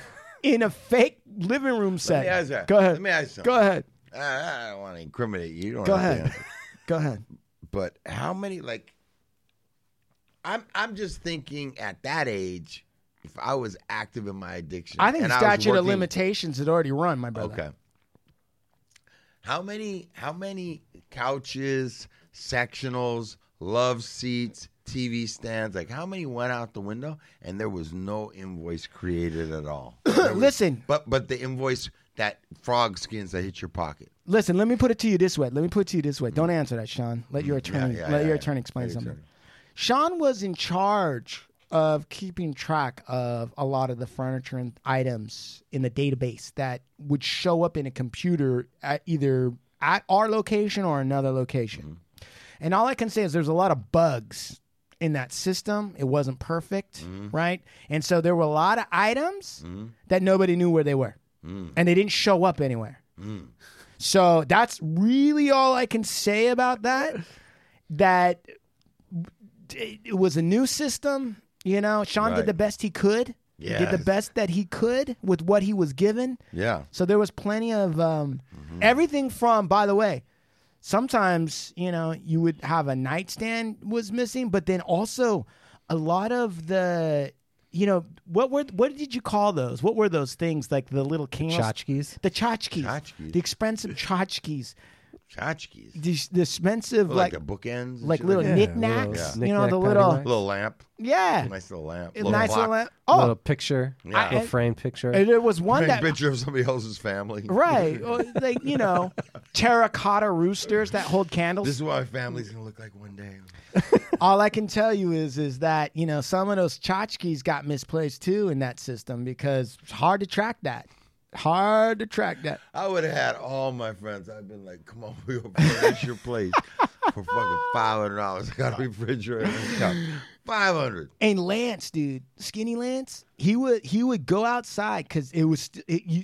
B: in a fake living room set.
C: me ask you-
B: Go ahead.
C: let me ask you
B: Go ahead.
C: I, I don't want to incriminate you. you don't
B: Go
C: have to
B: ahead.
C: answer.
B: Go ahead.
C: But how many like? I'm I'm just thinking at that age, if I was active in my addiction,
B: I think
C: and
B: the
C: was
B: statute of
C: working-
B: limitations had already run, my brother.
C: Okay. How many how many couches, sectionals, love seats, TV stands, like how many went out the window and there was no invoice created at all? There was-
B: Listen.
C: But but the invoice that frog skins that hit your pocket.
B: Listen, let me put it to you this way. Let me put it to you this way. Don't answer that, Sean. Let your attorney
C: Mm, yeah,
B: let
C: yeah,
B: your
C: yeah.
B: attorney explain
C: Let your
B: something.
C: attorney.
B: Sean was in charge of keeping track of a lot of the furniture and items in the database that would show up in a computer at either at our location or another location.
C: Mm-hmm.
B: And all I can say is there's a lot of bugs in that system. It wasn't perfect,
C: Mm-hmm.
B: right? And so there were a lot of items that nobody knew where they were.
C: Mm.
B: And they didn't show up anywhere. So that's really all I can say about that. That it it was a new system. You know, Sean did
C: Right.
B: the best he could. He did the
C: Yes.
B: best that he could with what he was given.
C: Yeah.
B: So there was plenty of um,
C: Mm-hmm.
B: everything from, by the way, sometimes, you know, you would have a nightstand was missing, but then also a lot of the, you know, what were, what did you call those? What were those things like the little candles?
G: Tchotchkes?
B: The tchotchkes.
C: Tchotchkes.
B: The expensive tchotchkes.
C: Tchotchkes.
B: The, the expensive,
C: Oh, Like,
B: like,
C: the
B: like,
C: bookends. and shit
B: little
C: like
G: Yeah,
B: knickknacks.
G: little
B: you know,
G: knickknack,
B: the little,
C: that. little lamp.
B: yeah.
C: Nice little lamp.
B: A nice
C: clock.
B: little, oh,
G: little picture,
C: Yeah.
G: little frame picture.
B: and there was one
C: Big
B: that,
C: picture of somebody else's family.
B: right, Oh. or, like, you know, terracotta roosters that hold candles.
C: This is what my family's gonna look like one day.
B: All I can tell you is is that you know some of those tchotchkes got misplaced too in that system because it's hard to track that. Hard to track that.
C: I would have had all my friends. I've been like, come on, we're gonna furnish your place for fucking five hundred dollars. I got a refrigerator and a couch. Five hundred.
B: And Lance, dude, skinny Lance, he would he would go outside because it was st- it, you,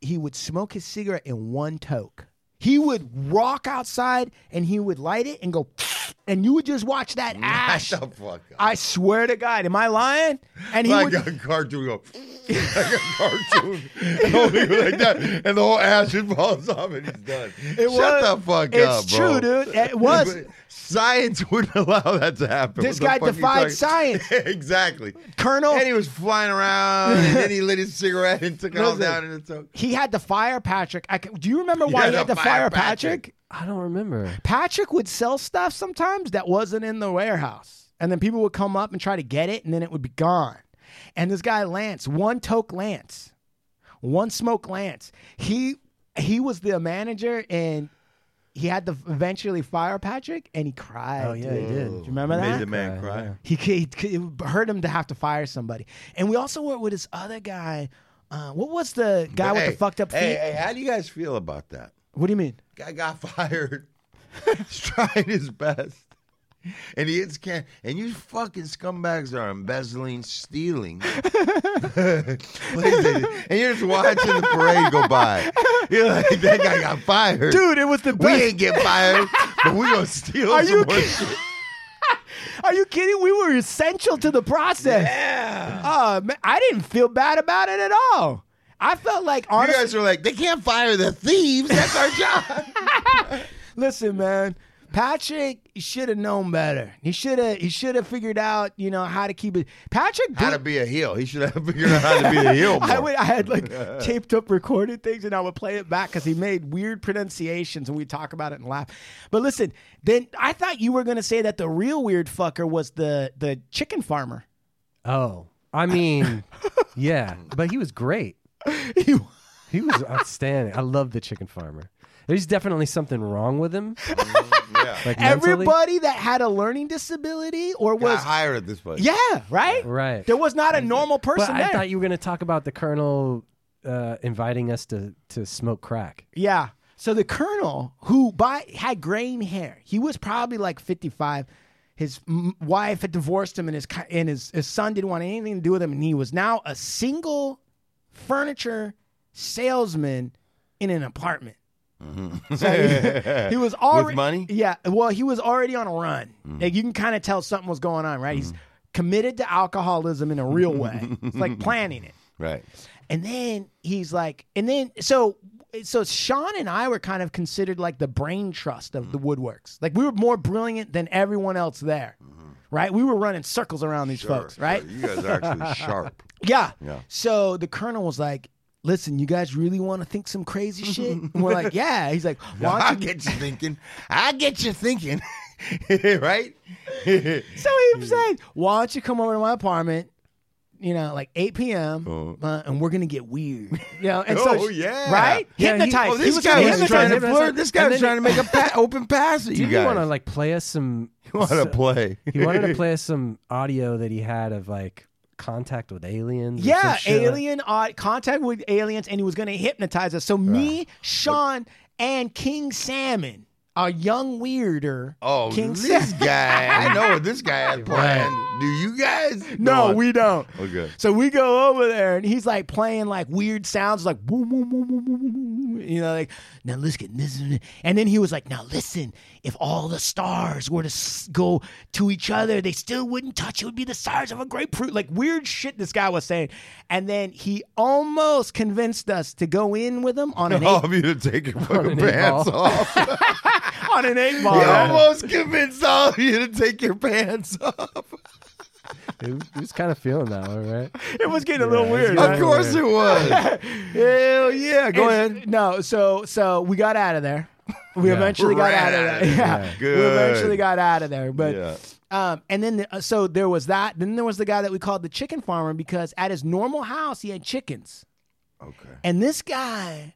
B: he would smoke his cigarette in one toke. He would walk outside and he would light it and go, and you would just watch that ash.
C: Shut the fuck up.
B: I swear to God, am I lying? And he
C: Like
B: would,
C: a cartoon go like a cartoon. Don't be like that. And the whole ash it falls off and he's done. Shut
B: it was-
C: the fuck
B: it's
C: up.
B: true,
C: bro.
B: dude. It was.
C: But Science wouldn't allow that to happen.
B: This
C: What the
B: guy
C: fuck you
B: defied
C: talking-
B: science.
C: exactly.
B: Colonel,
C: And he was flying around, and then he lit his cigarette and took it all
B: Listen.
C: down in the tote.
B: He had to fire Patrick. I can, do you remember why
C: had
B: he had
C: to
B: to fire
C: fire
B: Patrick?
C: Patrick.
G: I don't remember.
B: Patrick would sell stuff sometimes that wasn't in the warehouse. And then people would come up and try to get it, and then it would be gone. And this guy, Lance, one toke Lance, one smoke Lance, he he was the manager and he had to eventually fire Patrick and he cried.
G: Oh yeah, he
B: dude.
G: did.
B: Do you remember that?
C: Made the man cry.
B: He, c- he c- it hurt him to have to fire somebody. And we also were with this other guy. Uh, what was the guy with
C: Hey,
B: the fucked up feet?
C: Hey, hey, how do you guys feel about that?
B: What do you mean?
C: Guy got fired. He's trying his best. And he hits can and you fucking scumbags are embezzling, stealing. PlayStation. and you're just watching the parade go by. You're like, that guy got fired.
B: Dude, it was the
C: we
B: best.
C: ain't get fired, but we gonna steal
B: Are
C: some
B: you
C: more
B: ki-
C: shit.
B: Are you kidding? We were essential to the process. Yeah. Oh, man, I didn't feel bad about it at all. I felt like
C: You
B: honestly,
C: guys were like, they can't fire the thieves. That's our job.
B: listen, man. Patrick should have known better. He should have. He should have figured out, you know, how to keep it. Patrick,
C: how to
B: did-
C: be a heel. He should have figured out how to be a heel.
B: I
C: more.
B: would. I had like taped up recorded things, and I would play it back because he made weird pronunciations, and we would talk about it and laugh. But listen, then I thought you were gonna say that the real weird fucker was the the chicken farmer.
G: Oh, I mean, yeah, but he was great.
B: You-
G: He was outstanding. I love the chicken farmer. There's definitely something wrong with him.
B: Mm,
C: yeah.
G: Like mentally.
B: Everybody that had a learning disability or
C: Got
B: was
C: hired at this place.
B: yeah, right,
G: Right.
B: There was not a normal
G: But
B: person
G: I
B: there.
G: thought you were going to talk about the colonel uh, inviting us to to smoke crack.
B: yeah. So the colonel who by had graying hair, he was probably like fifty five. His m- wife had divorced him, and his co- and his, his son didn't want anything to do with him, and he was now a single furniture salesman in an apartment. So he, he was already
C: money?
B: Yeah, well, he was already on a run. Like you can kind of tell something was going on, right? He's committed to alcoholism in a real way. it's like planning it.
C: Right.
B: And then he's like, and then so so Sean and I were kind of considered like the brain trust of the
C: Mm.
B: woodworks. Like we were more brilliant than everyone else there. Right? We were running circles around these folks,
C: Mm-hmm. Sure, sure.
B: right?
C: You guys are actually sharp.
B: Yeah.
C: Yeah.
B: So the colonel was like, Listen, you guys really want to think some crazy shit? And we're like, Yeah. He's like, Why
C: I
B: don't you
C: get you thinking. I get you thinking. right?
B: So he said, Why don't you come over to my apartment? You know, like 8 p.m., uh, and we're gonna get weird. You know, and so
C: Uh-huh. Oh, yeah.
B: right,
G: Yeah, he-
B: hypnotized.
C: Oh,
B: He
C: this
B: was
C: guy
B: gonna
C: was
B: hypnotize
C: trying to
B: everybody.
C: flirt. This guy
G: And
C: was
G: then-
C: trying to make a pa- open pass at you
G: Did
C: guys.
G: you want to like play us some?
C: want to play?
G: He wanted to play us some audio that he had of like contact with aliens. or some
B: Yeah,
G: shit.
B: alien uh, contact with aliens, and he was going to hypnotize us. So me, Sean, and King Salmon, a young weirder.
C: Oh,
B: King
C: this
B: Salmon.
C: guy! I know what this guy had planned. Do you guys?
B: No,
C: Go on.
B: we don't.
C: Okay.
B: So we go over there, and he's like playing like weird sounds, like boom, boom, boom, boom, boom, boom, boom. you know, like now let's get this, and then he was like, now listen, if all the stars were to s- go to each other, they still wouldn't touch. It would be the size of a grapefruit, like weird shit. This guy was saying, and then he almost convinced us to go in with him on an
C: All
B: eight,
C: of you to take your fucking
G: an eight
C: pants
G: ball.
C: off. he
B: on an eight ball.
C: almost convinced all of you to take your pants off.
G: He was- he was kind of feeling that one, right?
B: It was getting a little weird.
C: Of
B: right?
C: course it was. Hell yeah! Go ahead.
B: No, so so we got out of there. We eventually got
C: Right
B: out of
C: out
B: there.
C: of there.
B: Yeah, we
C: Good.
B: eventually got out of there. But
C: Yeah.
B: um, and then the, uh, so there was that. Then there was the guy that we called the chicken farmer because at his normal house he had chickens,
C: Okay.
B: and this guy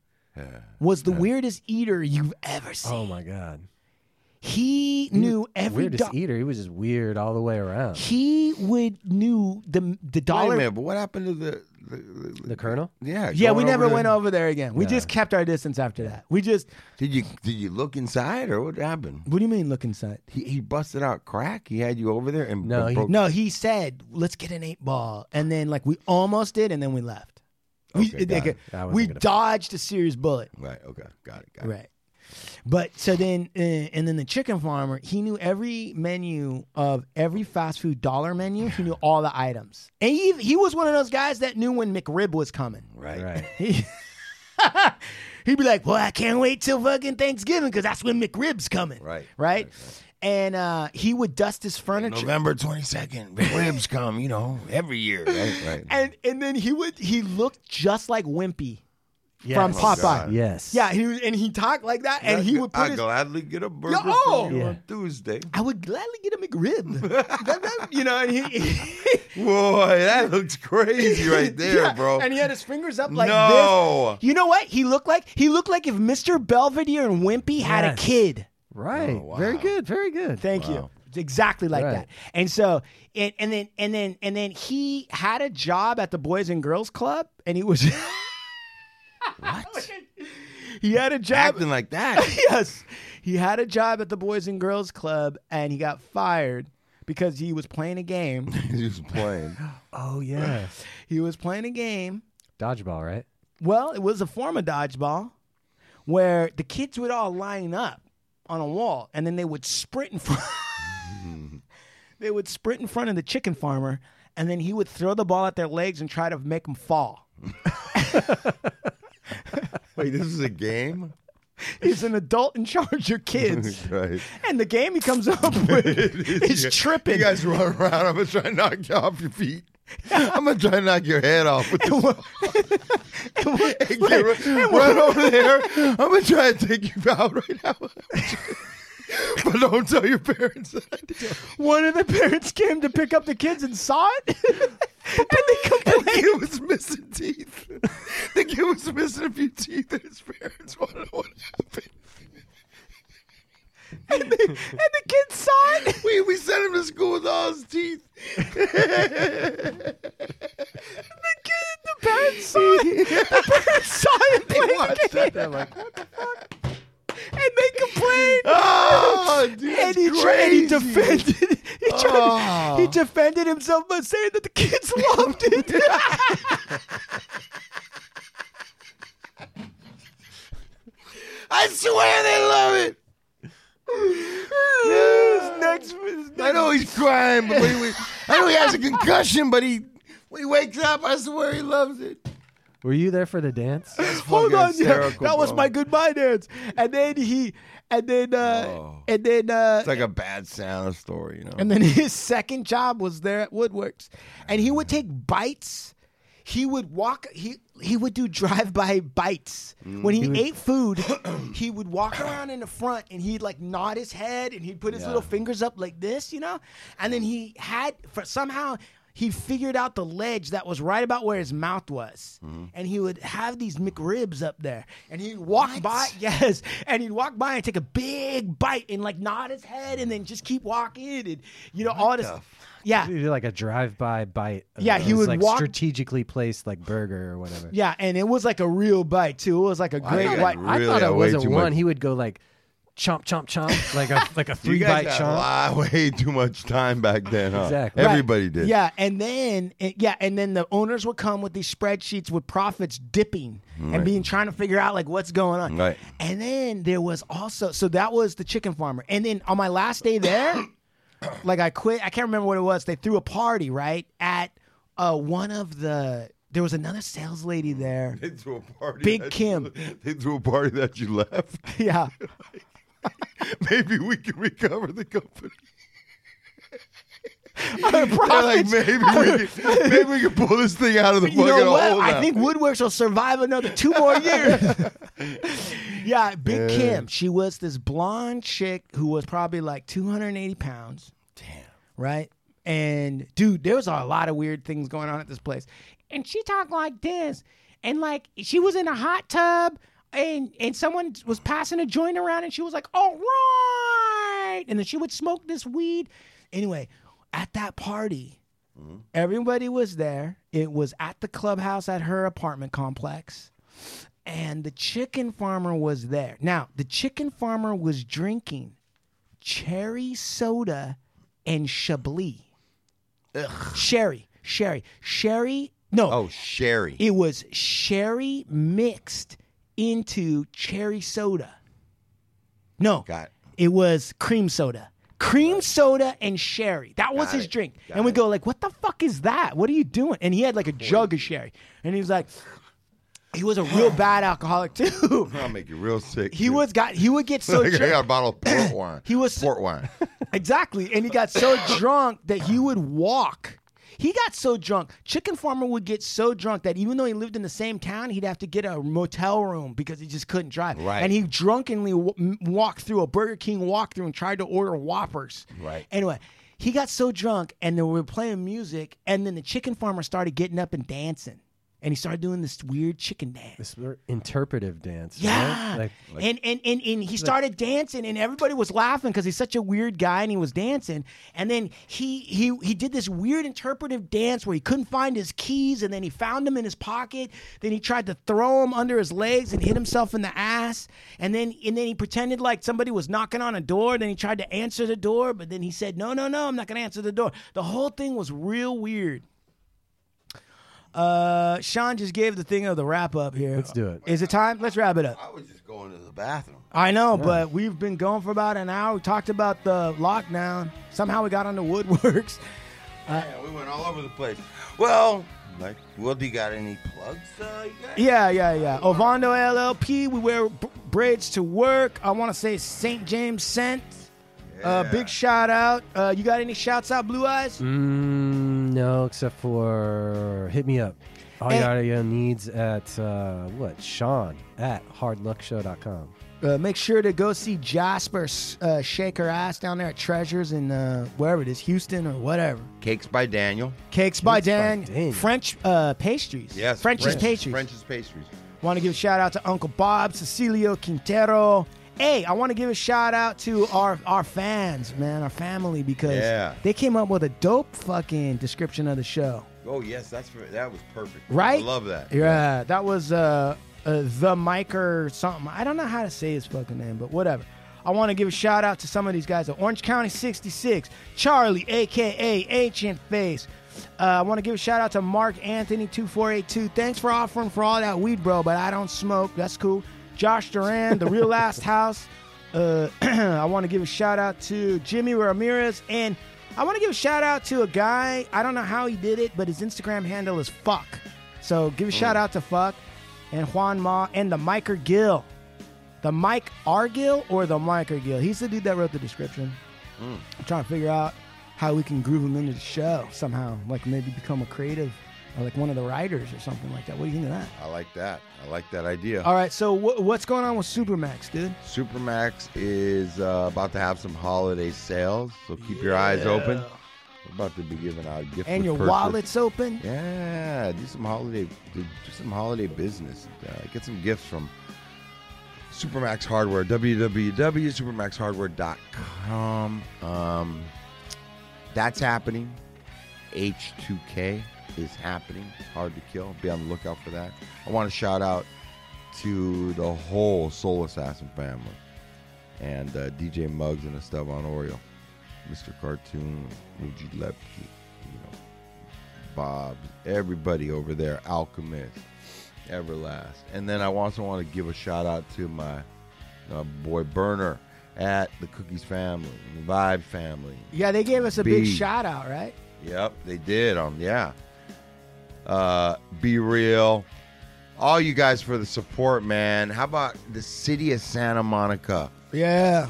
B: was the weirdest eater you've ever seen.
G: Oh my god,
B: He knew every
G: weirdest
B: do-
G: eater. He was just weird all the way around.
B: he would knew the the
C: Wait a
B: dollar.
C: minute, but what happened to the? the, the,
G: The colonel.
C: yeah.
B: yeah,
C: going
B: we never
C: to-
B: went over there again. We just kept our distance after that. We just.
C: Did you did you look inside or what happened?
B: What do you mean? Look inside.
C: He, he busted out crack. He had you over there and
G: No, he-
C: broke-
B: No, he said, "Let's get an eight ball," and then like we almost did, and then we left. We,
C: Okay, got
B: like,
C: it.
G: I wasn't
B: we
G: gonna-
B: dodged a serious bullet,
C: Right. Okay. Got it. Got
B: right? But so then, uh, and then the chicken farmer, he knew every menu of every fast food dollar menu. He knew all the items, and he, he was one of those guys that knew when McRib was coming.
C: it. Right.
G: Right.
B: He'd be like, "Well, I can't wait till fucking Thanksgiving because that's when McRib's coming."
C: Right,
B: right. And uh, he would dust his furniture.
C: November twenty second, ribs come. You know, every year. Right. Right.
B: and and then he would he looked just like Wimpy
G: Yes.
B: from
C: Oh,
B: Popeye.
C: God.
G: Yes.
B: Yeah, he would- and he talked like that, and he would put
C: I
B: his.
C: gladly get a burger
B: oh!
C: from you
G: Yeah.
C: on Tuesday.
B: I would gladly get a McRib, That- that- you know, and he,
C: Boy, that looks crazy right there,
B: Yeah,
C: bro.
B: And he had his fingers up like
C: No.
B: this. You know what he looked like? He looked like if Mr. Belvedere and Wimpy had a
G: Yes.
B: kid.
G: Right.
C: wow.
G: Very good. Very good.
B: Oh, Thank you. It's Exactly like
G: Right.
B: that. And so, and, and then, and then, and then he had a job at the Boys and Girls Club, and he was. what? He had a job.
C: Acting like that.
B: yes. He had a job at the Boys and Girls Club and he got fired because he was playing a game.
C: he was playing.
G: Oh yeah.
B: he was playing a game.
G: Dodgeball, right?
B: Well, it was a form of dodgeball where the kids would all line up on a wall and then they would sprint in front. They would sprint in front of the chicken farmer, and then he would throw the ball at their legs and try to make them fall.
C: Wait, this is a game?
B: He's an adult in charge of kids.
C: right.
B: And the game he comes up with is tripping.
C: You guys run around. I'm gonna try and knock you off your feet. I'm gonna try and knock your head off with this. Hey, kid, run, run over there. I'm gonna try and take you out right now. but don't tell your parents that I did.
B: One of the parents came to pick up the kids and saw it, and they
C: The
B: complained.
C: kid was missing teeth. The kid was missing a few teeth, and his parents want to know what happened.
B: And the, and the kids saw it.
C: We we sent him to school with all his teeth.
B: The parents saw it. The parents saw him
C: They
B: playing the
C: watched
B: game,
C: that. They're like, what the fuck?
B: and they complained.
C: Oh, dude,
B: and
C: that's
B: he,
C: crazy.
B: tried, and he defended. He, tried,
C: Oh.
B: he defended himself by saying that the kids loved it.
C: I swear they love it.
B: next, his
C: I know he's crying, but when he, wa- I know he has a concussion, but he when he wakes up, I swear he loves it.
G: Were you there for the dance?
B: Hold on, yeah. That
C: hysterical,
B: was
C: bro.
B: my goodbye dance. And then he, and then, uh,
C: Oh.
B: and then, uh,
C: It's like a bad sound story, you know.
B: and then his second job was there at Woodworks, and he would take bites. He would walk. He he would do drive-by bites. When he, ate food, he would walk around in the front and he'd like nod his head and he'd put his little fingers up like this, you know. And then he had for somehow he figured out the ledge that was right about where his mouth was. And he would have these McRibs up there. And he'd walk by, yes. And he'd walk by and take a big bite and like nod his head and then just keep walking and, you know, all this. Yeah.
G: You did like a drive-by bite. of
B: Yeah, he
G: those,
B: would
G: like
B: walk-
G: strategically placed like burger or whatever.
B: Yeah. And it was like a real bite too. It was like a
C: I
B: great
C: got
B: bite.
G: I
C: Really,
G: thought
C: I
G: it
C: weigh
G: wasn't
C: too
G: one.
C: much.
G: He would go like chomp, chomp, chomp, like a like a
C: you guys
G: three-bite
C: had
G: chomp.
C: li- way too much time back then, huh?
G: Exactly.
B: Right.
C: Everybody did.
B: Yeah, and then it- yeah, and then the owners would come with these spreadsheets with profits dipping and being trying to figure out like what's going on.
C: Right.
B: And then there was also so that was the chicken farmer. And then on my last day there, like I quit. I can't remember what it was. They threw a party right at uh, one of the. There was another sales lady there.
C: They threw a party.
B: Big
C: that
B: Kim.
C: you- they threw a party that you left.
B: Yeah.
C: Maybe we can recover the company. They're like,
B: Profits-
C: maybe we, can, maybe we can pull this thing out of the
B: you
C: fucking
B: know what?
C: hole.
B: I
C: now.
B: think Woodworks will survive another two more years. yeah, Big Kim. She was this blonde chick who was probably like 280 pounds. Damn. Right? And dude, there was a lot of weird things going on at this place. And she talked like this. And like she was in a hot tub and and someone was passing a joint around and she was like, all right. And then she would smoke this weed. Anyway, at that party, Everybody was there. It was at the clubhouse at her apartment complex. And the chicken farmer was there. Now, the chicken farmer was drinking cherry soda and Chablis. Sherry, sherry, sherry. No,
C: oh, Sherry.
B: it was sherry mixed into cherry soda. No,
C: Got it.
B: it was cream soda. Cream soda and sherry. That was
C: Got
B: his
C: it.
B: drink.
C: Got
B: and we
C: it.
B: go like, "What the fuck is that? What are you doing?" And he had like a jug of sherry. And he was like he was a real bad alcoholic too.
C: I'll make you real sick.
B: He
C: dude.
B: was got he would get so
C: Like, I
B: drunk-
C: got a bottle of port wine.
B: He was-
C: port wine.
B: Exactly. And he got so drunk that he would walk. He got so drunk. Chicken Farmer would get so drunk that even though he lived in the same town, he'd have to get a motel room because he just couldn't drive.
C: Right.
B: And he drunkenly w- m- walked through a Burger King walkthrough and tried to order Whoppers.
C: Right.
B: Anyway, he got so drunk, and then we were playing music, and then the Chicken Farmer started getting up and dancing. And he started doing this weird chicken dance.
G: This sort of interpretive dance. right?
B: Yeah.
G: Like,
B: and, and, and, and he started dancing and everybody was laughing because he's such a weird guy and he was dancing. And then he, he he did this weird interpretive dance where he couldn't find his keys and then he found them in his pocket. Then he tried to throw them under his legs and hit himself in the ass. And then and then he pretended like somebody was knocking on a door. Then he tried to answer the door, but then he said, No, no, no, I'm not gonna answer the door. The whole thing was real weird. Uh, Sean just gave the thing of the wrap up here.
G: Let's do it.
B: Is it time? Let's wrap it up.
C: I was just going to the bathroom.
B: I know, but we've been going for about an hour. We talked about the lockdown. Somehow we got on the woodworks.
C: Yeah, we went all over the place. Well, like, well, do you got any plugs? Uh, you got?
B: Yeah, yeah, yeah. Ovando LLP. We wear b- braids to work. I want to say St. James Scent. Uh,
C: Yeah.
B: big shout out. Uh, you got any shouts out, Blue Eyes?
G: Mm, no, except for hit me up. All
B: Hey.
G: your audio needs at uh, what? Sean at hardluckshow.com.
B: Uh, make sure to go see Jasper s- uh, shake her ass down there at Treasures in uh, wherever it is, Houston or whatever.
C: Cakes by Daniel.
B: Cakes by Dan.
G: Dan. Daniel.
B: French uh, pastries.
C: Yes.
B: French's
C: French-
B: pastries.
C: French's pastries.
B: Want to give a shout out to Uncle Bob, Cecilio Quintero. Hey, I want to give a shout out to our our fans, man, our family, because
C: Yeah.
B: they came up with a dope fucking description of the show,
C: Oh yes, that's for, that was perfect.
B: right?
C: I love that.
B: Yeah, that was uh, uh the Mike or something. I don't know how to say his fucking name, but whatever. I want to give a shout out to some of these guys at Orange County 66, Charlie, aka Ancient Face. Uh, I want to give a shout out to Mark Anthony 2482. Thanks for offering for all that weed, bro, but I don't smoke. That's cool. Josh Duran, The Real Last House. Uh, I want to give a shout out to Jimmy Ramirez. And I want to give a shout out to a guy. I don't know how he did it, but his Instagram handle is fuck. So
C: Oh.
B: give a shout out to fuck and Juan Ma and the Miker Gill. The Mike Argill or the Miker Gill? He's the dude that wrote the description.
C: Hmm.
B: I'm trying to figure out how we can groove him into the show somehow. Like maybe become a creative or like one of the writers or something like that. What do you think of that?
C: I like that. I like that idea.
B: All right, so wh- what's going on with Supermax, dude?
C: Supermax is uh, about to have some holiday sales, so keep your eyes open. We're about to be giving out gifts
B: And
C: with
B: your
C: purchase.
B: wallet's open?
C: Yeah, do some holiday, do do some holiday business. Uh, get some gifts from Supermax Hardware. www.supermaxhardware.com. Um, that's happening. H2K is happening. Hard to kill. Be on the lookout for that. I want to shout out to the whole Soul Assassin family and uh, DJ Muggs and Esteban Oriole, Mr. Cartoon, Muji Lepke, you know, Bob, everybody over there, Alchemist, Everlast. And then I also want to give a shout out to my uh, boy Burner at the Cookies family, the Vibe family.
B: Yeah, they gave us a big
C: B.
B: shout out, right?
C: Yep, they did on yeah. Uh, be real, all you guys for the support, man. How about the city of Santa Monica
B: Yeah.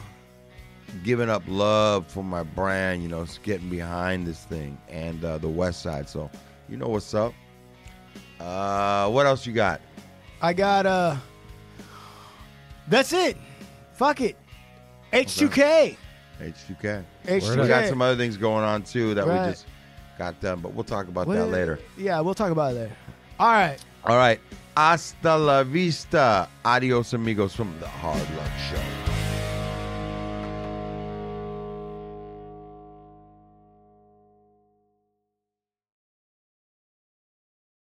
C: giving up love for my brand? You know, it's getting behind this thing and uh, the West Side. So, you know what's up. Uh, what else you got?
B: I got uh That's it. Fuck it. H2K.
C: H2K.
B: H2K.
C: We got some other things going on too that
B: Right.
C: we just got done, but we'll talk about
B: Well,
C: that later.
B: Yeah, we'll talk about it later. All right.
C: All right. Hasta la vista. Adios, amigos, from the Hard Luck Show.